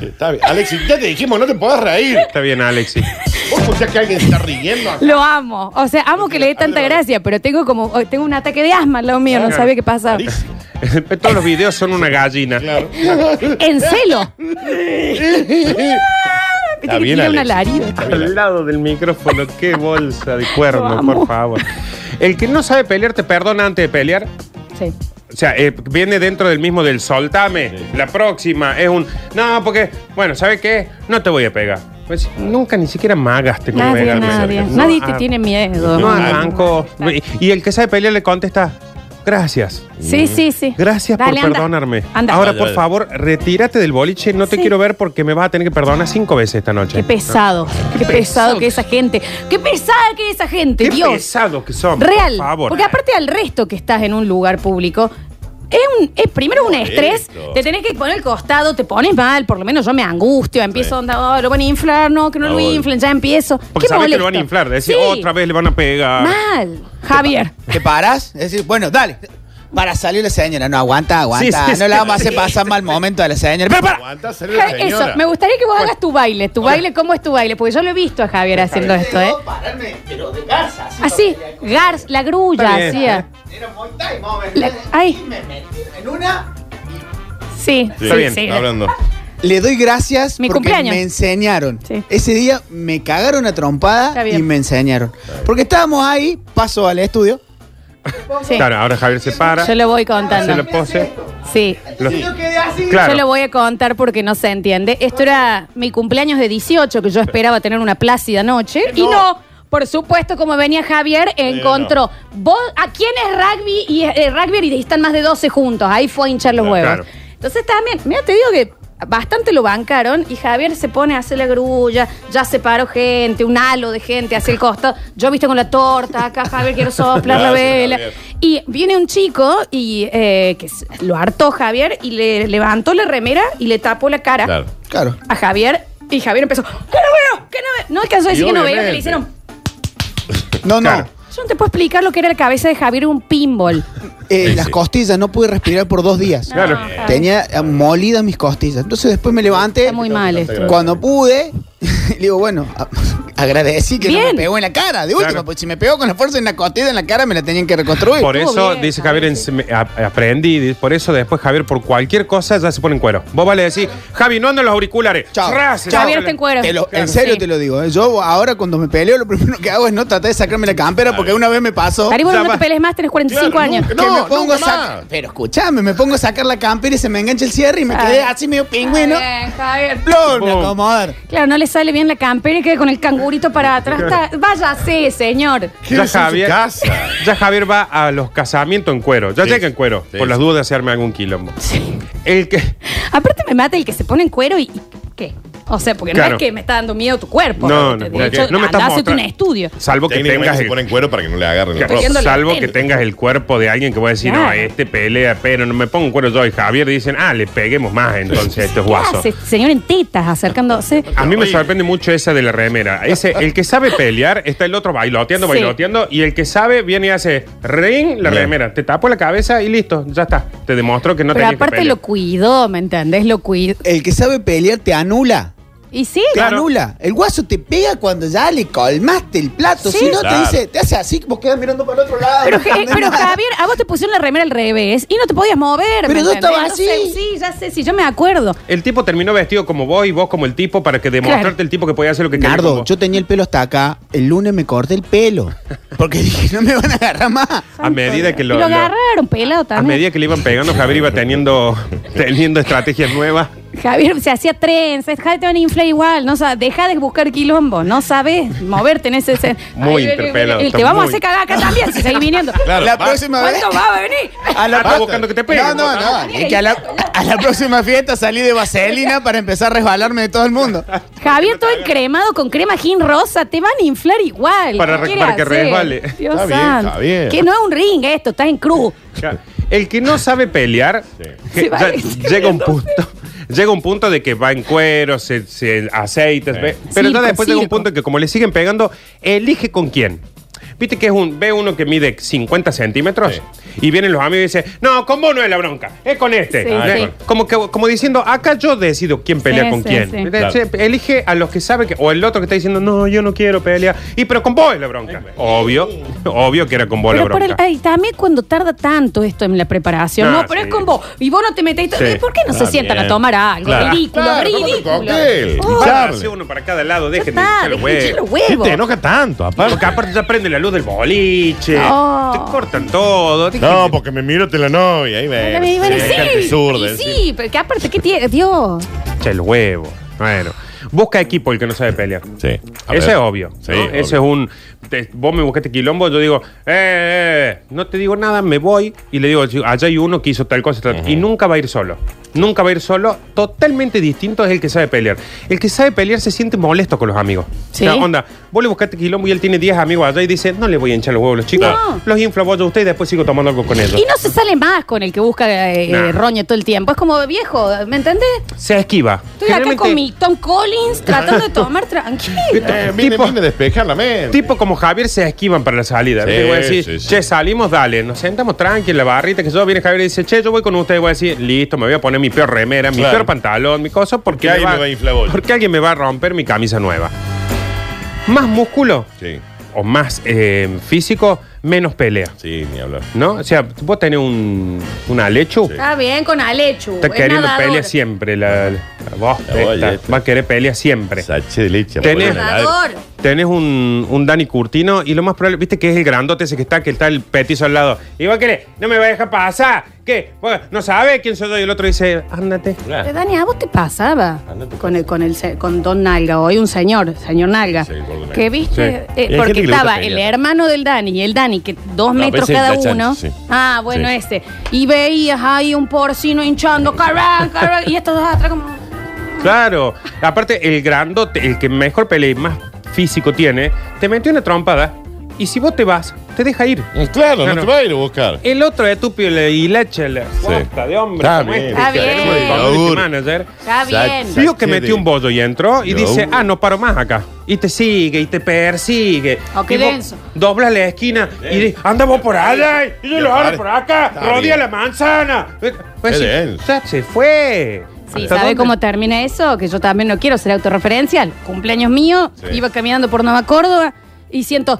D: Está bien. Alexis, ya te dijimos, no te podés reír.
E: Está bien, Alexi.
D: Vos escuchás que alguien está riendo acá.
B: Lo amo. O sea, amo que le dé tanta gracia, pero tengo como oh, tengo un ataque de asma al lado mío, no
E: Claro.
B: sabía qué pasa.
D: Clarísimo,
E: Todos los videos son una gallina.
D: Claro.
B: En celo. que
D: Está bien,
B: tira un
D: Alexis.
B: alarido.
D: Está bien,
E: Al
D: Alexis.
E: lado del micrófono, qué bolsa de
B: Lo
E: cuerno,
B: amo.
E: por favor. El que no sabe pelear te perdona antes de pelear.
B: Sí.
E: O sea, eh, viene dentro del mismo del soltame. La próxima es un. No, porque. Bueno, ¿sabes qué? No te voy a pegar. Pues, nunca ni siquiera magaste con
B: Nadie,
E: pegarme.
B: nadie.
E: No,
B: Nadie te
E: ah,
B: tiene miedo.
E: No arranco. Y, y el que sabe pelear le contesta. Gracias.
B: Sí, sí, sí.
E: Gracias
B: Dale,
E: por
B: anda.
E: perdonarme.
B: Anda.
E: Ahora,
D: Dale,
E: por
D: dale.
E: favor, retírate del boliche. No te
B: Sí.
E: quiero ver porque me vas a tener que perdonar cinco veces esta noche.
B: Qué pesado, qué pesado que esa gente. Qué pesada que esa gente,
E: Qué
B: Dios.
E: pesado que son.
B: Real.
E: Por favor.
B: Porque aparte al resto que estás en un lugar público, es un, es primero un estrés,
D: esto.
B: te tenés que poner al costado, te pones mal, por lo menos yo me angustio, empiezo
D: Sí.
B: onda, oh, lo van a inflar, no, que no lo
D: Ah, bueno.
B: inflen, ya empiezo.
E: Porque
B: Qué
E: sabes que lo
B: molesto.
E: van a inflar. Decir,
B: Sí.
E: otra vez le van a pegar.
B: Mal, Javier.
F: ¿Te parás? Es decir, bueno, dale. Para salir la señora. No, aguanta, aguanta.
E: Sí, sí,
F: no la
E: sí.
F: vamos a hacer pasar mal momento a la señora. Pero para.
D: Aguanta, sale la
B: Javier, Eso,
D: señora.
B: me gustaría que vos hagas tu baile. Tu baile, ¿cómo es tu baile? Porque yo lo he visto a Javier haciendo esto, ¿eh?
F: Pararme, pero de casa.
B: Así, Gars, la grulla
E: Está bien, ¿eh?
B: hacía.
F: Era muy time, más o menos.
B: La- ay.
F: Y me metí en una.
B: Sí,
D: Sí,
E: Está bien,
B: sí.
D: está hablando.
F: Le doy gracias
B: Mi
F: porque
B: cumpleaños.
F: me enseñaron.
B: Sí.
F: Ese día me cagaron a
B: Está
F: trompada
B: bien.
F: y me enseñaron. Porque estábamos ahí, paso al estudio.
B: Sí.
E: Claro, ahora Javier se para.
B: Yo lo voy
E: se lo
B: contando.
E: pose.
B: Sí.
E: Los-
F: quedé así.
E: Claro.
B: Yo lo voy a contar porque no se entiende. Esto era mi cumpleaños de 18, que yo esperaba tener una plácida noche. Y no, Por supuesto, como venía Javier, encontró vos, a quién es rugby y eh, rugby y están más de 12 juntos. Ahí fue a hinchar los
E: Claro,
B: huevos.
E: claro.
B: Entonces también, mira, te digo que bastante lo bancaron y Javier se pone a hacer la grulla, ya separó gente, un halo de gente hacia el costado. Yo viste con la torta, acá Javier quiero soplar la
D: Gracias,
B: vela.
D: Javier.
B: Y viene un chico y eh, que s- lo hartó Javier y le levantó la remera y le tapó la cara
D: Claro.
F: Claro.
B: a Javier y Javier empezó, ¡que no veo! ¡que no veo! No alcanzó a decir
D: Y
B: que no veo, que le
D: obviamente.
B: hicieron.
F: No, no.
E: Claro.
B: Yo no te puedo explicar lo que era la cabeza de Javier un pinball.
F: Eh,
D: Sí,
F: las
D: sí.
F: costillas, no pude respirar por dos días.
E: Claro.
B: Javier.
F: Tenía eh, molidas mis costillas. Entonces después me levanté.
B: Está muy mal esto.
F: Cuando pude, le digo, bueno, a- agradecí que no
B: Bien.
F: me pegó en la cara. De última,
E: Claro.
F: porque si me pegó con la fuerza en la costilla, en la cara, me la tenían que reconstruir.
E: Por
B: Estuvo
E: eso,
B: bien,
E: dice
B: Javier,
E: Javier, en-
B: sí.
E: me- a- aprendí. di- Por eso después Javier, por cualquier cosa, ya se pone en cuero. Vos vale decir, Javi, no andan los auriculares.
F: Chao.
E: Ras,
F: Chao.
E: chao.
B: Javier está en cuero.
F: Te lo- en
B: Sí.
F: serio te lo digo. ¿eh? Yo ahora cuando me peleo, lo primero que hago es no tratar de sacarme la campera porque una vez me pasó.
B: Ari, vos
E: Ya
B: no te
E: va.
B: pelees más, tenés 45
D: Claro,
B: años.
D: nunca.
F: que me
D: No,
F: pongo a
D: nunca
F: sac-
D: más.
F: Pero escuchame, me pongo a sacar la campera y se me engancha el cierre y me
B: Ay.
F: quedé así medio pingüino.
B: Ah. Está bien, Javier.
F: ¡Plum! Me
E: Boom.
F: acomodar.
B: Claro, no le sale bien la campera y queda con el cangurito para atrás. Está- Váyase, señor.
D: ¿Qué
E: Ya
D: es
E: Javier,
D: casa?
E: ya Javier va a los casamientos en cuero. Ya
D: Sí.
E: llega en cuero.
D: Sí,
E: por las
D: sí.
E: dudas de hacerme algún quilombo. El que.
B: Aparte me mata el que se pone en cuero y, y ¿qué? O sea, porque
E: Claro.
B: no es que me está dando miedo tu cuerpo.
E: No,
B: Te-
E: no,
B: de
E: porque
B: hecho,
E: no me estás
B: andá, hacete un
E: mostrando.
B: estudio.
E: Salvo que
D: Técnicamente
E: tengas
D: se
E: el-
D: ponen cuero para que no le agarren la
E: Claro,
D: ropa.
B: viendo la
E: Salvo
B: tele.
E: que tengas el cuerpo de alguien que va a decir, no,
B: Claro.
E: este pelea, pero no me pongo en cuero yo. Y Javier dicen, ah, le peguemos más entonces a este estos
B: ¿Qué
E: guasos.
B: hace, señor en tetas acercándose?
E: A mí me
D: Oye.
E: sorprende mucho esa de la remera. Ese, el que sabe pelear, está el otro bailoteando,
B: Sí.
E: bailoteando, y el que sabe viene y hace ring la
D: Bien.
E: remera. Te tapo la cabeza y listo, ya está. Te demostró que no
B: Pero
E: tenías que
B: aparte
E: pelear.
B: lo cuidó, ¿me entendés? Lo cuidó.
F: El que sabe pelear te anula.
B: Y sí,
F: Te
E: Claro.
F: anula. El guaso te pega cuando ya le colmaste el plato.
B: Sí.
F: Si no,
D: Claro.
F: te dice, te hace así, vos quedas mirando para el otro lado.
B: Pero, eh,
F: no entendés
B: pero
F: nada.
B: Javier, a vos te pusieron la remera al revés y no te podías mover.
F: Pero
B: ¿me
F: yo estaba
B: entendés?
F: así.
B: No sé, sí, ya sé, sí, yo me acuerdo.
E: El tipo terminó vestido como vos y vos como el tipo para que demostrarte
B: Claro.
E: el tipo que podía hacer lo que quería. con
F: Nardo,
E: vos.
F: yo tenía el pelo hasta acá. El lunes me corté el pelo. Porque dije, no me van a agarrar más.
E: a medida que
B: Y
E: lo,
B: lo
E: lo-
B: agarraron pelado
E: a
B: también.
E: medida que le iban pegando, Javier iba teniendo, teniendo estrategias nuevas.
B: Javier se hacía trenzas, Javier te van a inflar igual, no sa- deja de buscar quilombo, no sabes moverte en ese... ese-
E: Muy
B: Ay,
E: interpelado,
B: Y te
E: está
B: vamos a
E: muy-
B: hacer cagar acá también si seguís viniendo.
D: Claro,
F: la
D: va.
F: próxima vez.
B: ¿Cuánto va a venir?
F: A la,
E: Ah, está buscando que te peguen,
F: No, no,
E: vos,
F: no.
B: ¿no?
F: Es que a la, a la próxima fiesta salí de vaselina para empezar a resbalarme de todo el mundo.
B: Javier todo encremado con crema gin rosa, te van a inflar igual.
E: Para
B: ¿Qué
E: re- para que
B: quieres hacer?
E: resbale.
B: Dios
D: Está bien,
B: santo.
D: está bien.
B: Que no es un ring esto, estás en cruz.
E: El que no sabe pelear, que
B: Se va
E: ya
B: a decir,
E: llega un punto. Llega un punto de que va en cuero, se, se aceita,
D: Sí.
E: ve- pero ya
B: Circo,
E: después llega un
B: circo.
E: punto en que como le siguen pegando, elige con quién. Viste que es un, ve uno que mide 50 centímetros
D: Sí.
E: y vienen los amigos y dicen, no, con vos no es la bronca, es con este.
B: Sí,
E: Ah,
B: sí.
E: con- Como, que, como diciendo, acá yo decido quién pelea
B: Sí,
E: con
B: sí,
E: quién.
B: sí.
E: Viste,
D: Claro.
E: che, Elige a los que saben que, o el otro que está diciendo, no, yo no quiero pelear, y pero con vos es la bronca. Obvio, obvio que era con vos la
B: Pero por
E: bronca.
B: el, ay, también cuando tarda tanto esto en la preparación,
E: Ah,
B: no, pero
E: sí.
B: es con vos. Y vos no te metés.
E: Sí.
B: ¿Por qué no se
D: Está
B: sientan a
D: bien.
B: tomar algo?
D: Claro.
B: Ridículo,
D: Claro, tómate un
B: ridículo.
D: cóctel.
B: Oh,
E: Claro,
D: Ya Charlie.
E: sí, uno para cada lado,
B: ya
E: dejen de
B: está,
E: hinchar los
B: dejen de hinchar
E: huevos.
B: los huevos.
D: Te enoja tanto, aparte.
E: Porque aparte ya prende la luz del boliche.
B: No.
E: Te cortan todo. dejen
D: No,
E: de-
D: porque me miro te la novia. Ahí
B: Bueno, y
D: ves.
B: bueno,
D: Sí,
B: sí,
D: gente zurda,
B: y
D: sí.
B: sí, pero que aparte, ¿qué tiene? Dios.
E: Hincha el huevo. Bueno. Busca equipo el que no sabe pelear.
D: Sí. A
E: Ese
D: ver.
E: es obvio.
D: Sí,
E: ¿no?
D: obvio.
E: Ese es un. te- vos me buscaste quilombo, yo digo, eh, eh, eh, no te digo nada, me voy y le digo, allá hay uno que hizo tal cosa. tal- Y nunca va a ir solo. Nunca va a ir solo. Totalmente distinto es el que sabe pelear. El que sabe pelear se siente molesto con los amigos.
B: Sí.
E: O sea, onda, vos le buscaste quilombo y él tiene 10 amigos allá y dice, no le voy a hinchar los huevos a los chicos.
B: No.
E: Los infla vos a usted y después sigo tomando algo con ellos.
B: Y no se sale más con el que busca eh,
E: No.
B: eh, roña todo el tiempo. Es como viejo, ¿me entendés?
E: Se esquiva.
B: Estoy acá
E: Generalmente,
B: con mi Tom Collins tratando de tomar tranquilo.
D: Eh, Vine,
E: Tipo-
D: vine a despejar la mente.
E: Tipo como Javier se esquivan para la salida.
D: Sí,
E: Te voy a decir,
D: sí, sí.
E: che, salimos, dale, nos sentamos tranqui en la barrita, que yo viene Javier y dice, che, yo voy con ustedes, voy a decir, listo, me voy a poner mi peor remera, mi
D: Claro.
E: peor pantalón, mi cosa, porque,
D: Porque alguien me va a inflar bola.
E: porque alguien me va a romper mi camisa nueva. Más músculo
D: Sí,
E: o más eh, físico, menos pelea.
D: sí, ni hablar.
E: ¿No? O sea, vos tenés un, un Alechu.
D: Sí.
B: Está bien con Alechu.
E: Está
B: es
E: queriendo
B: nadador.
E: pelea siempre. La, la- vos,
D: La
E: esta,
D: boya esta.
E: va a querer pelea siempre.
D: Sache de leche.
E: Tenés-
D: boludo, la-
B: Nadador.
E: Tenés un, un Dani Curtino y lo más probable, viste que es el grandote ese que está, que está el petizo al lado. Y vos querés, no me va a dejar pasar. ¿Qué? Vos no sabe quién soy yo. Y el otro dice, ándate.
B: Pero, Dani, ¿a vos te pasaba
D: Anda, Ah, te
B: con el, con el se- con Don Nalga hoy un señor, señor Nalga,
D: Sí, el gordo Nalga.
B: que viste,
E: Sí.
B: eh,
D: Y hay
B: porque
D: gente que le gusta
B: estaba el
D: pelear.
B: hermano del Dani y el Dani, que dos
D: No,
B: metros
D: ese es
B: cada
D: Dachani,
B: uno.
D: sí.
B: Ah, bueno,
D: Sí.
B: ese. Y veías ahí un porcino hinchando, cará, cará, y estos dos atrás como.
E: Claro. Aparte, el grandote, el que mejor pelea y más físico tiene, te metió una trompada. Y si vos te vas, te deja ir.
D: Eh, Claro, no,
E: Claro.
D: te va a ir a buscar.
B: Eh,
E: El otro estúpido le hilacha la bosta de hombre.
D: Está
E: como
D: bien,
E: este,
B: Está
E: que
B: bien.
E: tenemos el community
D: Yogur.
E: manager.
B: Está bien.
D: Exacto.
E: Vio que metió un bollo y entró y
D: Yo.
E: dice, ah, no paro más acá. Y te sigue y te persigue.
B: Oh, qué
E: Y vos
B: denso.
E: Doblas la esquina y dice, anda vos por allá y yo
D: Ya
E: lo
D: pare.
E: abro por acá.
D: Está
E: Rodea
D: bien.
E: la manzana. Pues
D: Qué
E: sí,
D: denso.
E: ya se fue.
B: Sí,
E: ¿Hasta
B: ¿sabe
E: dónde?
B: cómo termina eso? Que yo también no quiero ser autorreferencial. Cumpleaños mío,
D: Sí.
B: iba caminando por Nueva Córdoba y siento.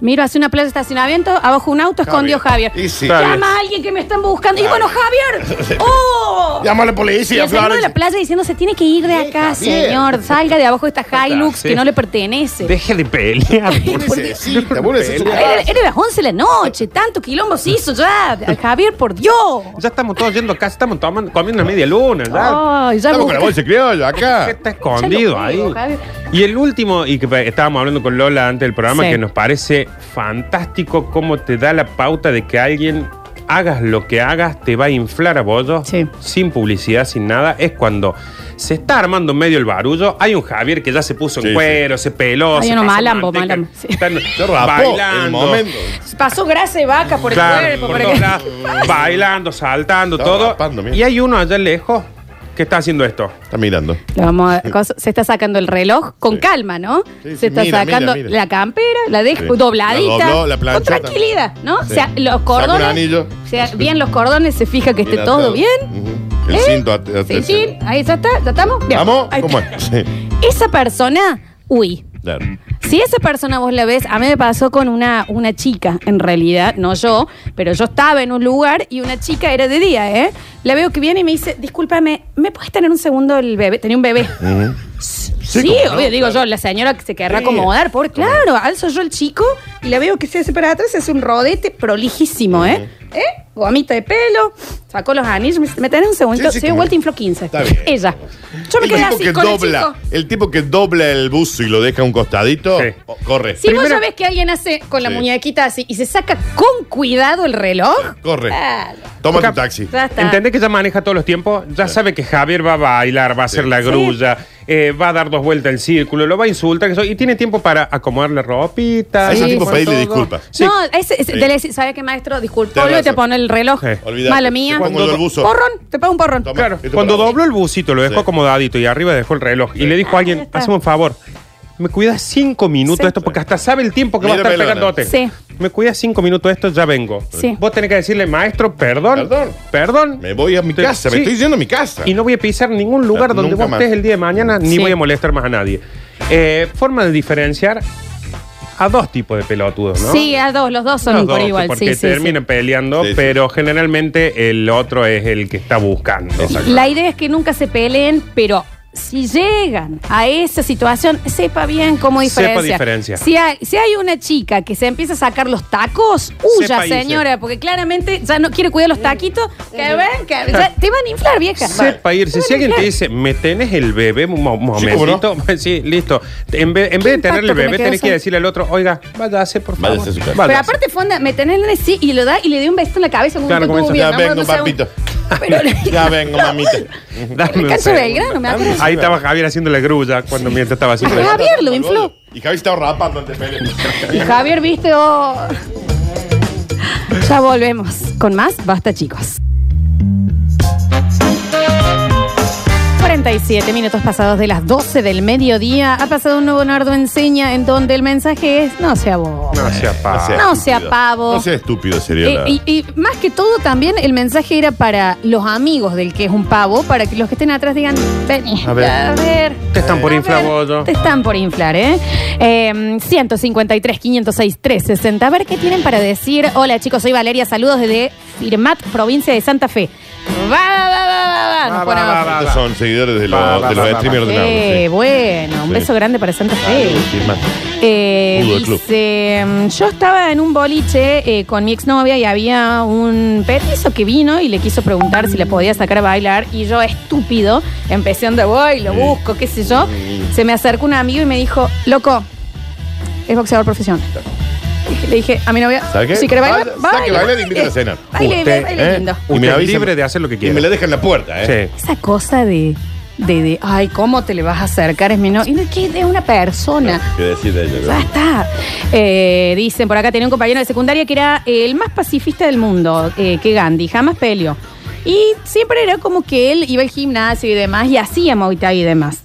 B: Miro hacia una plaza de estacionamiento, abajo un auto, escondió Javier.
D: Y sí.
E: Claro.
B: Llama a alguien que me están buscando. Y bueno, Javier. ¡Oh!
D: Llama a la
B: Y
D: policía,
B: el señor de
D: Flores.
B: la playa diciendo, se tiene que ir de acá,
D: Javier.
B: señor. Salga de abajo de esta Hilux
E: Sí.
B: que no le pertenece.
E: Deje de pelear.
D: Vos necesitas, vos necesitas
B: A
D: un
B: ver,
D: abrazo.
B: Era las 11 de la noche, tanto quilombo se hizo ya. Javier, por Dios.
E: ya estamos todos yendo acá, estamos tomando, comiendo media luna, ¿ya?
B: Ay, ya
D: Estamos con
B: busca-
D: la bolsa criolla
E: ¿Qué
D: acá.
E: está escondido
B: Ah, Ya lo
E: ahí?
B: digo, Javier.
E: Y el último, y que estábamos hablando con Lola antes del programa,
B: Sí.
E: que nos parece fantástico cómo te da la pauta de que alguien, hagas lo que hagas, te va a inflar a bollos,
B: Sí.
E: sin publicidad, sin nada, es cuando se está armando en medio el barullo, hay un Javier que ya se puso en
D: Sí,
E: cuero, se peló,
B: Hay
E: se
B: uno
E: pasó
B: malambo,
E: manteca,
B: malambo, sí.
E: están
D: Rapó el
E: bailando.
D: momento.
B: Pasó grasa de vaca por
E: Claro,
B: el cuerpo.
E: por
B: por
E: todos
B: acá.
E: lados, bailando, saltando,
D: Estaba
E: todo.
D: rapando, mira.
E: y hay uno allá lejos que está haciendo esto.
D: Está mirando.
B: Le vamos a- cosa- se está sacando el reloj con
D: Sí.
B: calma, ¿no?
D: Sí, sí,
B: se está
D: mira,
B: sacando
D: mira, mira.
B: la campera, la deja
D: Sí.
B: dobladita.
D: La dobló, la
B: con
D: planchó
B: tranquilidad, ¿no?
D: Sí.
B: O sea, los
D: Saca un
B: cordones.
D: anillo.
B: o sea, bien los cordones, se fija que esté
D: Bien
B: todo
D: atado.
B: bien.
D: Ujú. El
B: ¿Eh?
D: cinto. at- at-
B: Sí, sí, ahí ya está, ya estamos. Bien.
D: ¿Vamos?
B: Ahí
D: ¿Cómo
B: está.
D: es? Sí.
B: Esa persona, uy.
D: Claro.
B: Si esa persona vos la ves, a mí me pasó con una, una chica, en realidad, no yo, pero yo estaba en un lugar y una chica era de día, ¿eh? La veo que viene y me dice, discúlpame, ¿me puedes tener un segundo el bebé? Tenía un bebé. Sí, obvio, digo yo, la señora que se querrá
D: Sí.
B: acomodar, por claro, alzo yo el chico y la veo que se hace para atrás, se hace un rodete prolijísimo, ¿eh? ¿Eh? Gomita de pelo, sacó los anillos, me dice, ¿me tenés un segundito?
D: Sí, sí,
B: se dio
D: como-
B: vuelta y infló 15.
D: Está bien.
B: Ella. Yo me
D: El
B: quedé
D: tipo,
B: así
D: que
B: con el
D: dobla,
B: chico.
D: el, tipo que dobla el buzo y lo deja a un costadito,
E: Sí.
D: o- corre.
B: Si vos
E: Primero-
B: sabés que alguien hace con la
D: Sí.
B: muñequita así y se saca con cuidado el reloj.
D: Corre.
B: Ah,
D: Toma
E: Acá-
D: tu taxi.
B: ya está.
E: ¿Entendés que ya maneja todos los tiempos? Ya sabe que Javier va a bailar, va a hacer la grulla, eh, va a dar dos vueltas al círculo, lo va a insultar, que eso- y tiene tiempo para acomodar la ropita.
D: A ese
E: acomodar
D: tipo pedirle
E: todo.
D: disculpas.
E: Sí.
B: No, ese, ese-
D: Sí.
B: dele- ¿sabe qué, maestro? Disculpa,
D: Tenés
B: Pablo, te
D: razón.
B: pone el reloj.
E: Sí.
D: Olvídate.
B: Mala mía.
D: Te pongo el buzo.
B: Porrón, te pago un porrón.
D: Toma.
E: Claro,
D: Esto
E: cuando
D: este para vos.
E: dobló el busito, lo dejó
D: Sí.
E: acomodadito y arriba dejó el reloj. Y le dijo
B: Ahí
E: a alguien,
B: Ah, está.
E: hazme un favor, me cuidas cinco minutos
B: Sí.
E: esto, porque hasta sabe el tiempo que va a
D: Mira
E: estar
D: Melona.
E: pegándote.
B: Sí.
E: Me cuidas cinco minutos esto, ya vengo.
B: Sí.
E: Vos tenés que decirle, maestro, perdón.
D: Perdón.
E: Perdón.
D: Me voy a mi
E: Te-
D: casa, me
E: sí.
D: estoy yendo a mi casa.
E: Y no voy a pisar ningún lugar
D: Claro,
E: donde
D: nunca
E: vos
D: más.
E: estés el día de mañana, ni
B: Sí.
E: voy a molestar más a nadie. Eh, forma de diferenciar a dos tipos de pelotudos, ¿no?
B: Sí, a dos, los dos son
E: Los
B: por
E: dos,
B: igual.
E: Porque
B: sí, sí, sí.
E: terminan peleando,
D: Sí, sí.
E: pero generalmente el otro es el que está buscando.
B: La idea es que nunca se peleen, pero si llegan a esa situación, sepa bien cómo
E: Sepa
B: diferencia.
E: diferencia.
B: Si hay, si hay una chica que se empieza a sacar los tacos, huya,
E: Sepa irse.
B: señora, porque claramente ya no quiere cuidar los taquitos. Que ven, que ya te van a inflar, vieja.
E: Sepa irse. Si alguien te dice, me tenés el bebé, un mo- momentito, sí, listo. En vez, en vez
B: Qué
E: de tener
B: impacto
E: el
B: que me
E: bebé,
B: quedó
E: tenés que
B: esa-
E: decirle al otro, oiga, váyase, por favor.
D: Váyase a su casa.
B: Pero
E: Váyase.
B: aparte, fonda, me tenés el sí y lo da y le doy un beso en la cabeza. Como
E: Claro,
B: un
E: como
B: tubo
E: eso.
B: bien,
D: Ya
B: ¿no?
D: vengo,
B: Bueno,
D: papito.
B: Pero,
D: Ya vengo, mamita.
E: Dame un
B: Cancha
E: segundo.
B: Belgrano, me acuerdo. Ah.
E: Ahí estaba Javier haciendo la grulla cuando mientras estaba haciendo la
B: Ajá. Javier lo infló.
D: Y Javier estaba rapando antes de pelear.
B: Y Javier, viste, oh. Ya volvemos con más Basta, chicos. 47 minutos pasados de las 12 del mediodía. Ha pasado un nuevo Nardo Enseña en donde el mensaje es: no sea bobo.
E: No sea pa.
D: seas
B: No sea
D: estúpido.
B: pavo.
D: No sea estúpido, sería
B: Eh,
D: la-
B: y, y más que todo, también el mensaje era para los amigos del que es un pavo, para que los que estén atrás digan: vení,
E: A ver.
B: a ver.
E: Te están por
B: A
E: inflar,
B: ver,
E: bollo.
B: Te están por inflar, ¿eh? Eh, 153, 506, 360. A ver qué tienen para decir. Hola, chicos, soy Valeria. Saludos desde Firmat, provincia de Santa Fe. Va, va, va, va, va, nos
E: Ah, Va, va,
B: ponemos.
E: va, va.
D: Estos son seguidores de, los-
E: Va, va,
D: de los
E: va, va,
D: streamers de
B: Eh,
D: Nardo.
B: bueno, un
D: Sí.
B: beso grande para Santa Fe.
D: sí. Sí, más.
B: Eh,
D: Fútbol club.
B: dice, mm, yo estaba en un boliche eh, con mi exnovia y había un petizo que vino y le quiso preguntar si le podía sacar a bailar y yo, estúpido, empecé donde voy, lo
D: Sí.
B: busco, qué sé yo.
D: Sí.
B: Se me acercó un amigo y me dijo, loco, es boxeador profesional. Le dije a mi novia,
D: ¿Sabe qué?
B: si querés bailar,
D: Ah, saque,
B: baila.
D: baila y invítala a
B: Eh,
D: cenar.
B: Baile,
E: Usted,
B: baile
D: ¿eh?
B: lindo.
D: Y me
E: Usted es
D: avisa-
E: libre de hacer lo que
D: Y
E: quiera.
D: me la deja en la puerta, ¿eh?
E: Sí.
B: Esa cosa de, de, de, ay, ¿cómo te le vas a acercar? Es mi novia. Y no, ¿qué? Es una persona.
D: ¿Qué decir de ello?
B: Ya está. Eh, dicen, por acá tenía un compañero de secundaria que era eh, el más pacifista del mundo, eh, que Gandhi, jamás peleó. Y siempre era como que él iba al gimnasio y demás, y hacía Muay Thai y demás.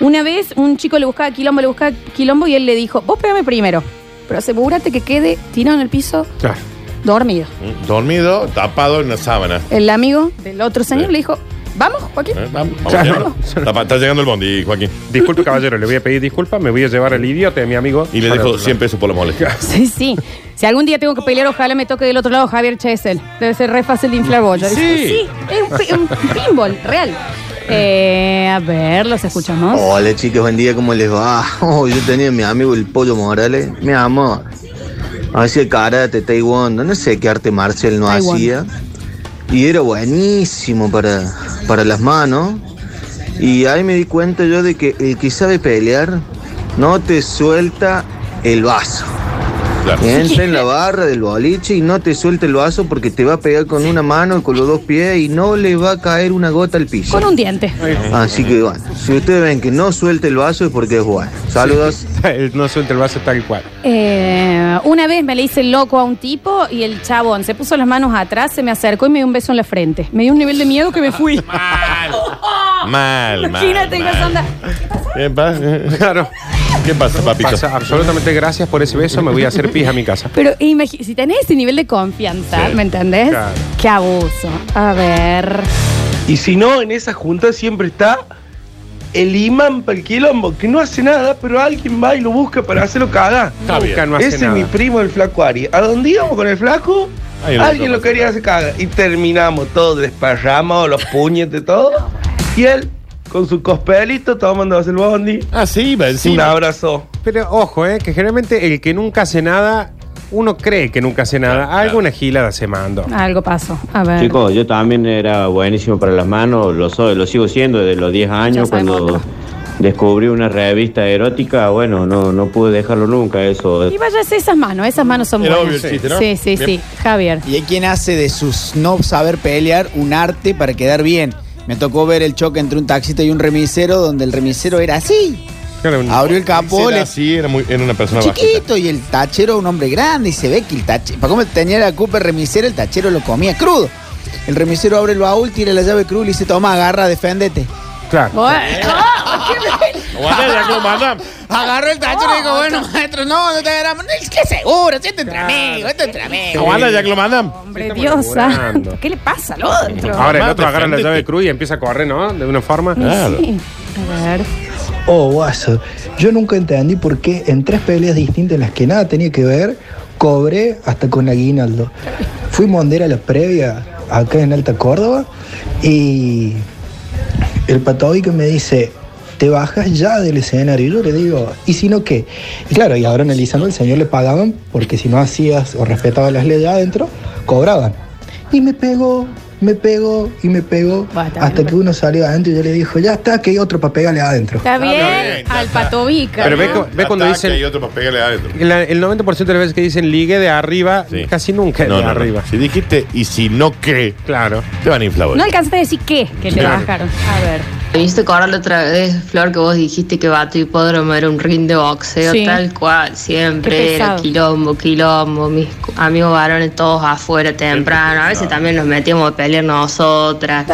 B: Una vez un chico le buscaba quilombo, le buscaba quilombo y él le dijo, vos pégame primero, pero asegúrate que quede tirado en el piso,
E: Claro.
B: dormido.
D: Mm, Dormido, tapado en una sábana.
B: El amigo del otro señor
D: Sí.
B: le dijo, vamos, Joaquín.
D: ¿Eh? Vamos, vamos,
E: Claro.
D: ya. Está, está llegando el bondi, Joaquín.
E: Disculpe, caballero, le voy a pedir disculpas, me voy a llevar al idiota de mi amigo.
D: Y le
E: Para otro
D: dejo
E: lado.
D: 100 pesos por la molestia.
B: Sí, sí. Si algún día tengo que pelear, ojalá me toque del otro lado Javier Chesel. Debe ser re fácil de inflar bolla.
E: Sí.
B: Dice, Sí, es un, pi- un pinball, real. Eh, a ver, los escuchamos.
G: Hola chicos, buen día, ¿cómo les va? Oh, yo tenía a mi amigo el Pollo Morales, mi amor. Hacía karate, taekwondo, no sé qué arte marcial no
B: Taekwondo.
G: hacía. Y era buenísimo para, para las manos. Y ahí me di cuenta yo de que el que sabe pelear no te suelta el vaso.
D: Claro.
G: Entra en la barra del boliche y no te suelta el vaso porque te va a pegar con una mano y con los dos pies y no le va a caer una gota al piso.
B: Con un diente.
H: Eh,
G: Así que bueno, si ustedes ven que no suelta el vaso es porque es bueno. Saludos.
E: Él no suelta el vaso tal cual.
B: Eh, una vez me le hice loco a un tipo y el chabón se puso las manos atrás, se me acercó y me dio un beso en la frente. Me dio un nivel de miedo que me fui.
D: Mal, mal.
B: Imagínate
D: mal.
B: qué onda.
D: ¿Qué pasa?
E: Claro.
D: ¿Qué pasa, papito?
E: Pasa, absolutamente gracias por ese beso, me voy a hacer pis a mi casa.
B: Pero imagi- si tenés ese nivel de confianza,
D: Sí.
B: ¿me entendés?
E: Claro.
B: Qué abuso. A ver.
I: Y si no, en esa junta siempre está el imán para el quilombo, que no hace nada, pero alguien va y lo busca para hacerlo cagar.
D: Está bien.
E: Nunca no hace
I: Ese
E: nada.
I: es mi primo, el flaco Ari. ¿A dónde íbamos con el flaco?
D: Ahí lo
I: alguien
D: otro
I: lo quería hacer cagar. Y terminamos todos desparramados, los puños de todo. Y él, con su cospelito, tomándose el bondi.
D: Ah, sí, va
I: Un
D: encima.
I: abrazo.
E: Pero ojo, eh, que generalmente el que nunca hace nada, uno cree que nunca hace nada.
D: Claro.
E: Alguna gilada se mandó.
B: Algo pasó. A ver.
H: Chicos, yo también era buenísimo para las manos, lo soy, lo sigo siendo desde los 10 años
B: sabemos
H: cuando
B: otro.
H: descubrí una revista erótica, bueno, no, no pude dejarlo nunca eso.
B: Y váyase esas manos, esas manos son
D: Era
B: buenas.
D: obvio el chiste, ¿no?
B: Sí, sí,
D: Bien.
B: sí. Javier.
F: Y hay quien hace de sus no saber pelear un arte para quedar bien. Me tocó ver el choque entre un taxista y un remisero, donde el remisero era así.
E: Claro,
F: Abrió el capó,
D: Era
F: le
D: así, era, muy, era una persona bajita.
F: chiquito y el tachero un hombre grande y se ve que el tachero, para cómo tenía la culpa el remisero, el tachero lo comía crudo. El remisero abre el baúl, tira la llave cruda y le dice, toma, agarra, deféndete.
E: claro.
B: Bueno. ¡Oh,
D: Aguantate, ya, como anda.
F: Agarró el tachero y dijo, bueno, maestro, no, no te agarramos. Es que seguro, si esto entre amigos, esto entre amigos.
D: Aguanta, ya que lo mandan.
B: Hombre,
E: estamos
B: Dios
E: laburando.
B: santo. ¿Qué le pasa al otro?
E: Ahora el
D: Además,
E: otro agarra la
D: defendete.
E: llave cruz y empieza a correr, ¿no? De una forma.
D: Claro.
B: Sí. A ver.
J: Oh, guaso, yo nunca entendí por qué en tres peleas distintas en las que nada tenía que ver, cobré hasta con aguinaldo. Fui mondera a la previa acá en Alta Córdoba y el patobico me dice, te bajas ya del escenario. Y yo le digo, ¿y si no qué? Y claro, y ahora analizando, el señor le pagaban porque si no hacías o respetabas las leyes adentro, cobraban. Y me pegó, me pegó y me pegó
B: Bueno, está
J: hasta
B: bien,
J: que
B: pero-
J: uno salió adentro y yo le dijo, ya está, que hay otro para pegarle adentro.
B: Está bien.
D: bien, ya
B: Al
D: está.
B: patobica.
E: Pero ve
B: ¿no?
E: cómo- ve cuando
D: Ataque
E: dicen-
D: Y otro para pegarle adentro.
E: La- el 90% de las veces que dicen ligue de arriba,
D: Sí.
E: casi nunca es
D: No,
E: de
D: no, no.
E: arriba.
D: Si dijiste, y si no, ¿qué?
E: Claro.
D: Te van a inflar.
B: No alcanzaste a decir qué, que te
E: Claro.
B: bajaron. A ver.
K: Viste que ahora la otra vez, Flor, que vos dijiste que Bato Hipódromo era un ring de boxeo,
B: Sí.
K: tal cual,
B: Qué
K: siempre era
B: pesado.
K: quilombo, quilombo, mis cu- amigos varones todos afuera temprano, a veces también nos metíamos a pelear nosotras,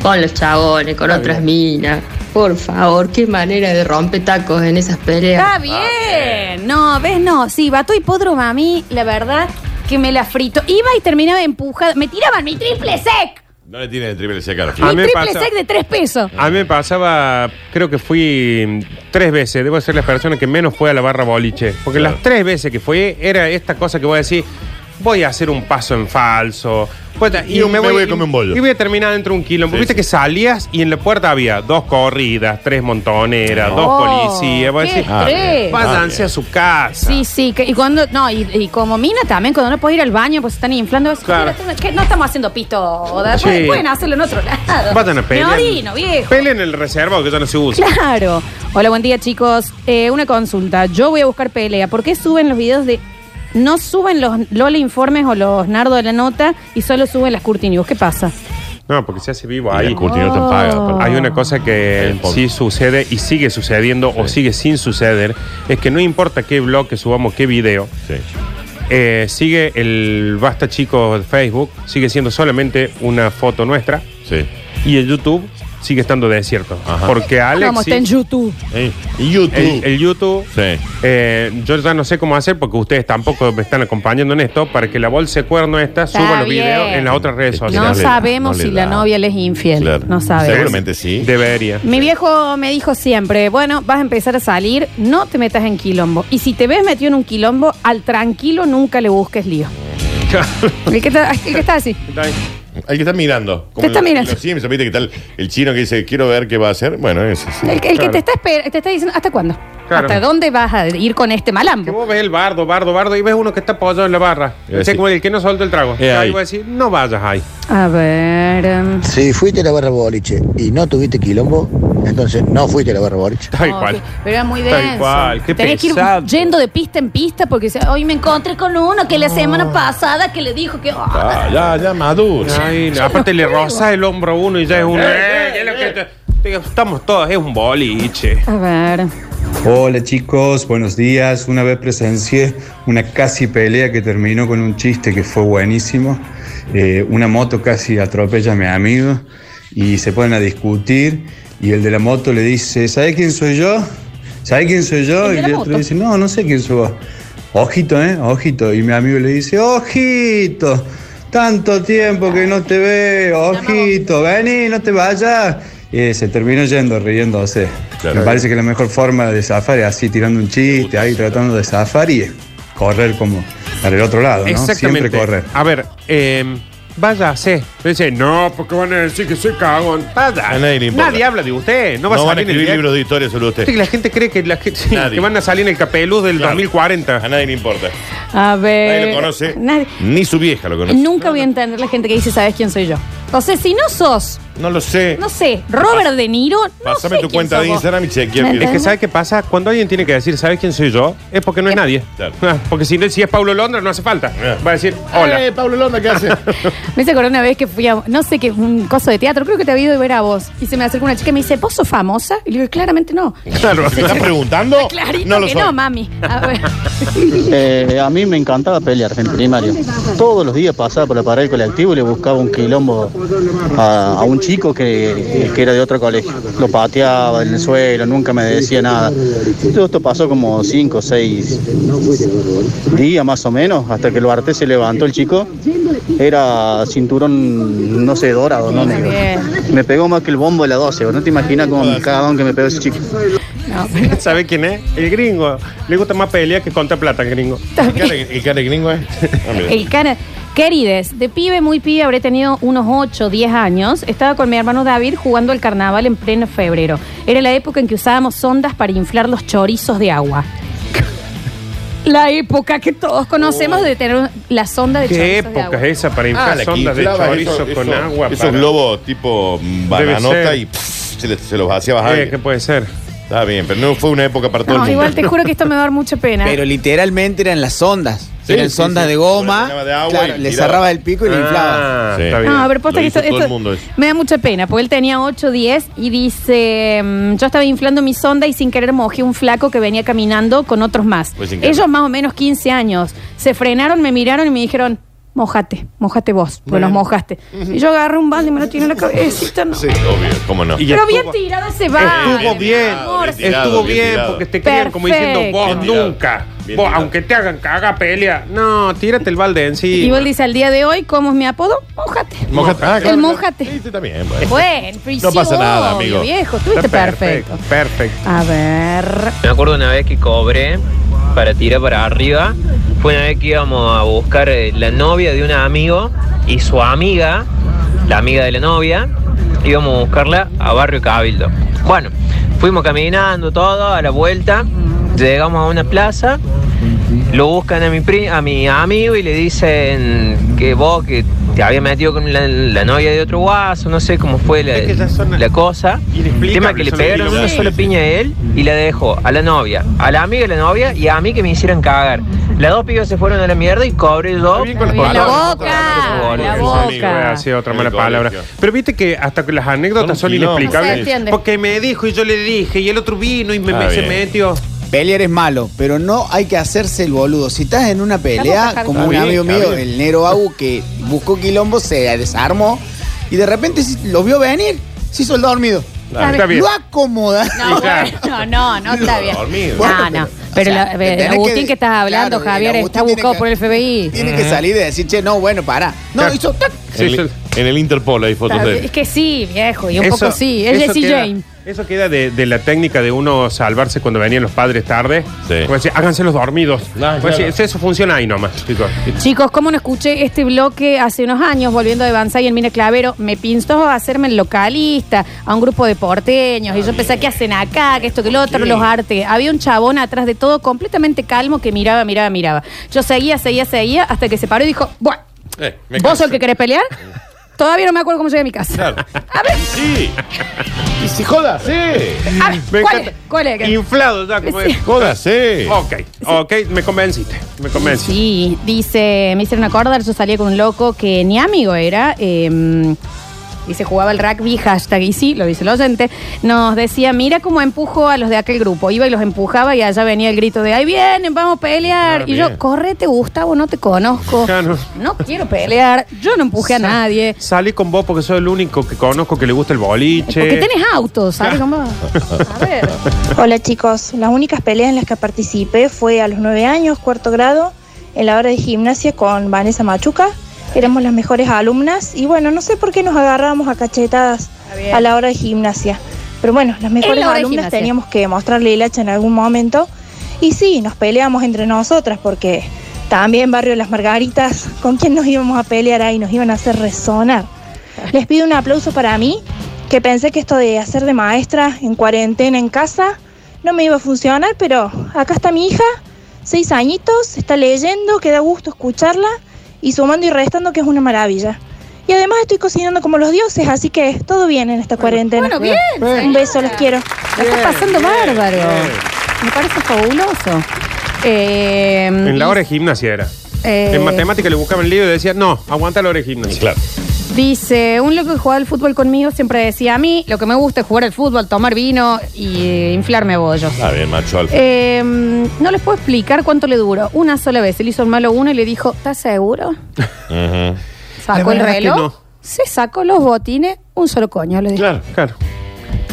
K: con los chabones, con otras minas. Por favor, qué manera de romper tacos en esas peleas.
L: Ah,
B: Está bien. No, ves, no. Sí, Bato Hipódromo a mí, la verdad, que me la frito. Iba y terminaba empujada. Me tiraban mi triple sec.
D: No le tiene el triple C cara.
E: A mí
B: Mi
E: me
B: triple
E: pasa-
B: sec de tres pesos.
E: A mí me pasaba, creo que fui mm, tres veces, debo ser la persona que menos fue a la barra boliche. Porque
D: Claro.
E: las tres veces que fui era esta cosa que voy a decir, voy a hacer un paso en falso, pues Puerta,
D: Y un- me voy a comer un bollo.
E: Y voy a terminar dentro de un quilombo.
D: Sí,
E: Viste
D: sí.
E: que salías y en la puerta había dos corridas, tres montoneras,
B: Oh,
E: dos policías. Vos
B: qué
E: decís,
B: estrés.
E: váyanse a su casa.
B: Sí, sí, que- y cuando, no, y, y como mina también, cuando no puedes ir al baño, pues están inflando. es-
E: Claro.
B: que no estamos haciendo pito, Oda,
E: Sí.
B: pueden, pueden hacerlo en otro lado.
E: Vayan a pelear.
B: Me orino, viejo.
E: Peleen el reservado que ya no se usa.
B: Claro. Hola, buen día, chicos. Eh, una consulta. Yo voy a buscar pelea. ¿Por qué suben los videos de. No suben los Lola Informes o los Nardo de la Nota y solo suben las Curti News? ¿Qué pasa?
E: No, porque se hace vivo
D: Y
E: ahí.
D: el curtidor te paga. aparte.
E: Hay
B: Ah.
E: una cosa que sí sucede y sigue sucediendo o sigue sin suceder, es que no importa qué blog que subamos, qué video, eh, sigue el Basta Chicos de Facebook, sigue siendo solamente una foto nuestra
D: Sí.
E: y el YouTube sigue estando desierto.
D: Ajá.
E: Porque
B: Como
E: Alex...
B: está en YouTube.
D: Eh, y YouTube.
E: El, el YouTube,
D: Sí.
E: eh, yo ya no sé cómo hacer porque ustedes tampoco me están acompañando en esto para que la bolsa de cuerno esta
B: Está
E: suba los
B: bien.
E: videos en las otras redes
D: No
E: sociales.
B: No
D: le-
B: sabemos
D: no le
B: si la
D: da.
B: novia le es infiel.
D: Claro.
B: No sabemos.
D: Seguramente sí.
E: Debería.
B: Mi viejo me dijo siempre, bueno, vas a empezar a salir, no te metas en quilombo. Y si te ves metido en un quilombo, al tranquilo nunca le busques lío. El que está, el que está así.
D: Hay que estar mirando.
B: Te está
D: lo-
B: mirando.
D: Los Simpsons, ¿viste qué tal? El chino que dice, quiero ver qué va a hacer. Bueno, ese sí.
B: El, que- el que te está, esper- te está diciendo, ¿hasta cuándo?
E: Claro.
B: ¿Hasta dónde vas a ir con este
E: Que
B: malambo?
E: vos ves el bardo, bardo, bardo y ves uno que está apoyado en la barra.
D: Eh,
E: Ese
D: sí.
E: como el que no soltó el trago. Y
D: Eh,
E: ahí
D: ahí.
E: voy a decir, no vayas ahí.
B: A ver. em,
M: Si fuiste a la barra boliche y no tuviste quilombo, entonces no fuiste a la barra boliche.
E: Tal
B: no,
E: cual.
B: que- Pero era muy
E: Tal
B: denso.
E: cual, qué
B: Tenés que ir
E: pesado.
B: yendo de pista en pista porque dice, hoy me encontré con uno que la
E: Ah.
B: semana pasada que le dijo que. "Ah,
D: Ah, ya, ya, maduro.
E: Ay, no, aparte le rozas el hombro a uno y ya es un. Eh, ¿qué es lo que te- te- Estamos todos, es un boliche.
B: A ver.
N: Hola chicos, buenos días. Una vez presencié una casi pelea que terminó con un chiste que fue buenísimo. Eh, una moto casi atropella a mi amigo y se ponen a discutir y el de la moto le dice, ¿sabes quién soy yo? ¿Sabes quién soy yo?
B: El de
N: Y
B: la
N: el otro
B: moto.
N: le dice, no, no sé quién soy vos. Ojito, ¿eh? Ojito. Y mi amigo le dice, ojito, tanto tiempo que no te veo, ojito, vení, no te vayas. Y se terminó yendo riéndose.
D: Claro.
N: Me parece que la mejor forma de zafar es así, tirando un chiste, ahí tratando de zafar y correr como para el otro lado, ¿no? Siempre correr.
E: A ver, eh, váyase. Dice, no, porque van a decir que soy cagón. Vaya.
D: A nadie le importa.
E: Nadie habla de usted. No,
D: No,
E: va a
D: van a
E: salir en el
D: escribir
E: diario.
D: libros de historia sobre usted.
E: Viste que la gente cree que, la gente-
D: Nadie.
E: que van a salir en el capeluz del
D: Claro.
E: 2040.
D: A nadie le importa.
B: A ver.
D: Nadie lo conoce.
B: Eh, Nadie-
D: Ni su vieja lo conoce.
B: Nunca voy a entender la gente que dice, ¿sabes quién soy yo? O sea, si no sos,
D: No lo sé.
B: no sé, Robert De Niro, no
D: Pásame
B: sé
D: tu
B: quién
D: cuenta
B: sos
D: de
B: vos.
D: Instagram y chequea.
B: ¿Me
D: quién-
E: Es que ¿sabe qué pasa? Cuando alguien tiene que decir, ¿sabes quién soy yo? Es porque no es nadie.
D: Eh, Claro. Ah.
E: Ah, Porque si, no- si es Pablo Londra, no hace falta. Va a decir, hola.
D: Eh, Pablo Londa, ¿qué hace?
B: Me hice acordar una vez que fui a, no sé qué, un coso de teatro, creo que te había ido a ver a vos. Y se me acercó una chica y me dice, ¿vos sos famosa? Y le digo, claramente no.
D: Claro. ¿Me estás preguntando?
B: Clarito
D: no lo
B: que
D: soy.
B: no, mami. A ver.
O: Eh, a mí me encantaba pelear en primario. Todos los días pasaba por la pared del colectivo y le buscaba un quilombo a, a un chico que, que era de otro colegio. Lo pateaba en el suelo, nunca me decía nada. Todo esto pasó como 5 o 6 días más o menos, hasta que lo arte se levantó el chico. Era cinturón, no sé, dorado, no negro. Me pegó más que el bombo de la 12, vos no te imaginas cómo me cagaban que me pegó ese chico.
E: ¿Sabe quién es? El gringo. Le gusta más pelea que contar plata, el gringo.
D: ¿El cara- ¿El cara gringo es? Ah, mira.
B: El cara. Querides, de pibe muy pibe, habré tenido unos 8, 10 años. Estaba con mi hermano David jugando al carnaval en pleno febrero. Era la época en que usábamos sondas para inflar los chorizos de agua. La época que todos conocemos de tener la sonda de
E: Oh. ¿Qué
B: chorizos de
E: época
B: agua.
E: es esa para inflar
D: Ah,
B: ah,
D: la
E: sondas de
D: quinflaba,
E: chorizo
D: eso-
E: con
D: eso-
E: agua?
D: Esos
E: para-
D: globos tipo mm,
E: Debe
D: bananota
E: ser.
D: y pff, se, le- se los hacía bajar.
E: Eh, ¿Qué puede ser?
D: Está bien, pero no fue una época para todo
B: No,
D: el mundo.
B: igual te juro que esto me va a dar mucha pena.
F: Pero literalmente eran las ondas.
D: Sí,
F: eran
D: sí,
F: sondas
D: sí.
F: de
D: Llenaba
F: goma.
D: de agua
F: claro,
D: y
F: le
D: tiraba.
F: cerraba el pico y le inflaba.
E: Ah,
D: Sí.
E: está bien.
B: No, pero posta
D: Lo
B: que
D: hizo
B: esto,
D: todo el
B: esto
D: mundo eso.
B: me da mucha pena, porque él tenía 8, 10 y dice, mm, yo estaba inflando mi sonda y sin querer mojé un flaco que venía caminando con otros más.
D: Pues sin querer.
B: Ellos más o menos 15 años. Se frenaron, me miraron y me dijeron, mojate, mojate vos, porque nos mojaste. Y yo agarré un balde y me lo tiré en la cabecita. No.
D: Sí, obvio, cómo no.
E: Y ya
B: Pero bien
E: estuvo-
B: tirado ese balde.
E: Estuvo
B: mi
E: bien,
B: amor.
D: bien tirado,
E: estuvo
D: bien
E: bien,
D: tirado.
E: porque te creen como diciendo
B: Perfecto.
E: vos
D: Bien tirado.
E: nunca.
D: Bien
E: Vos,
D: tirado.
E: aunque te hagan caga pelea. No, tírate el balde en sí.
B: Y él dice, al día de hoy, ¿cómo es mi apodo? Mojate.
D: Mojate. Ah, claro,
B: el
D: claro.
B: mojate.
D: Sí, sí, también. bueno.
B: Bueno, pero
D: No
B: sí,
D: pasa nada,
B: obvio,
D: amigo.
B: viejo, estuviste perfecto.
E: Perfecto.
B: A ver...
P: Me acuerdo una vez que cobré para tirar para arriba. Fue una vez que íbamos a buscar eh, la novia de un amigo y su amiga, la amiga de la novia, íbamos a buscarla a Barrio Cabildo. Bueno, fuimos caminando todo a la vuelta, llegamos a una plaza, lo buscan a mi, pri- a mi amigo y le dicen que vos que te habías metido con la, la novia de otro guaso, no sé cómo fue la, la cosa. El tema es que le
E: son
P: pegaron una
E: inexplicables.
P: sola piña a él y la dejó a la novia, a la amiga de la novia y a mí que me hicieran cagar. Las dos pibas se fueron a la mierda y cobré yo.
E: Bien, la
P: Palabras.
B: boca, la
E: Sí, voy a
B: boca.
E: decir otra mala
P: El
E: palabra.
P: colegio.
E: Pero viste que hasta que las anécdotas
P: Son
E: son
P: un quilombo.
F: No se
E: inexplicables.
F: entiende.
E: Porque me dijo y yo le dije, y el otro vino
P: Ah,
E: y me,
F: Está
E: me- se
F: bien.
E: metió.
F: Pelear es malo, pero no hay que hacerse el boludo. Si estás en una
E: Estamos
F: pelea,
E: bajando.
F: como un
E: Está
F: amigo
E: bien, está
F: mío,
E: bien.
F: el Nero Agu, que buscó quilombo, se desarmó y de repente si- lo vio venir, se hizo el dormido.
B: Claro. Está bien.
F: Lo acomoda.
B: No, bueno, no, no está bien. No, no. Pero la- eh,
F: te tenés
B: Agustín
F: que-
B: que estás hablando,
F: claro, el
B: Javier, está
F: Agustín tiene
B: buscado
F: que-
B: por el FBI.
F: Tiene que salir de decir, che, no, bueno, pará. No,
D: Claro.
F: hizo tac.
D: En el- En el Interpol hay fotos de
B: Es
D: él.
B: que sí, viejo, y un poco sí. Es
E: eso
B: Jesse
E: queda-
B: Jane.
E: Eso queda de, de la técnica de uno salvarse cuando venían los padres tarde. Pues sí, háganse los dormidos. Pues sí, eso funciona ahí nomás, chicos.
B: Chicos, ¿cómo no escuché este bloque hace unos años volviendo de Banzai en Mina Clavero? Me pintó a hacerme el localista, a un grupo de porteños, y yo pensé, ¿qué hacen acá? Que esto, que lo otro, los artes. Había un chabón atrás de todo completamente calmo que miraba, miraba, miraba. Yo seguía, seguía, seguía, hasta que se paró y dijo, bueno,
D: Eh, me
B: ¿vos sos el que querés pelear? Todavía no me acuerdo cómo llegué a mi casa. A ver.
D: Sí.
F: Y si joda, sí.
B: A ver,
E: Me
B: ¿cuál,
E: encanta.
B: es? ¿Cuál es?
E: Inflado ya, como
B: Sí.
E: es.
D: Jódase.
E: Ok, ok, me convenciste. Me convenciste.
B: Sí, dice, me hicieron acordar, yo salía con un loco que ni amigo era. eh, dice, jugaba el rugby, hashtag y sí, lo dice el oyente. Nos decía, mira cómo empujo a los de aquel grupo. Iba y los empujaba y allá venía el grito de, ahí vienen, vamos a pelear.
E: Ah,
B: y
E: bien.
B: yo, correte, Gustavo, no te conozco.
E: Claro.
B: No quiero pelear, yo no empujé a nadie.
E: Salí con vos porque soy el único que conozco que le gusta el boliche.
B: Porque tenés autos, ¿sabes cómo?
L: Hola chicos, las únicas peleas en las que participé fue a los 9 años, cuarto grado, en la hora de gimnasia con Vanessa Machuca. Éramos las mejores alumnas y bueno, no sé por qué nos agarrábamos a cachetadas
Q: bien.
L: a la hora de gimnasia. Pero bueno, las mejores
Q: En la hora de
L: alumnas
Q: gimnasia.
L: teníamos que mostrarle el hacha en algún momento. Y sí, nos peleamos entre nosotras porque también Barrio Las Margaritas, ¿con quién nos íbamos a pelear ahí? Nos iban a hacer resonar. Les pido un aplauso para mí, que pensé que esto de hacer de maestra en cuarentena en casa no me iba a funcionar, pero acá está mi hija, seis añitos, está leyendo, que da gusto escucharla y sumando y restando que es una maravilla. Y además estoy cocinando como los dioses, así que todo bien en esta cuarentena.
B: bueno, bien,
L: Un beso, los quiero.
B: La está pasando bárbaro. Me parece fabuloso. Eh,
E: En la hora de gimnasia era.
B: Eh.
E: En matemática le buscaban el lío y decía, no, aguanta la hora de gimnasia. Claro.
B: Dice, un loco que jugaba al fútbol conmigo siempre decía a mí, lo que me gusta es jugar al fútbol, tomar vino y eh, inflarme bollos.
D: Está bien, macho alfa.
B: Eh, no les puedo explicar cuánto le duró. Una sola vez. Él hizo el malo uno y le dijo, ¿estás seguro?
D: Ujú.
B: Sacó
E: La
B: el
E: verdad es que
B: reloj,
E: no.
B: se sacó los botines, un solo coño, le dijo.
E: Claro, claro.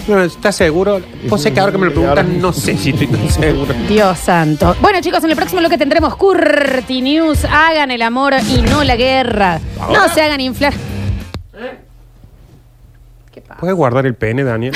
E: No, ¿Estás seguro? Pues sé que ahora que me lo preguntan, no sé si estoy tan seguro.
B: Dios santo. Bueno, chicos, en el próximo lo que tendremos Curti News. Hagan el amor y no la guerra. No se hagan inflar.
E: ¿Puedes guardar el pene, Daniel?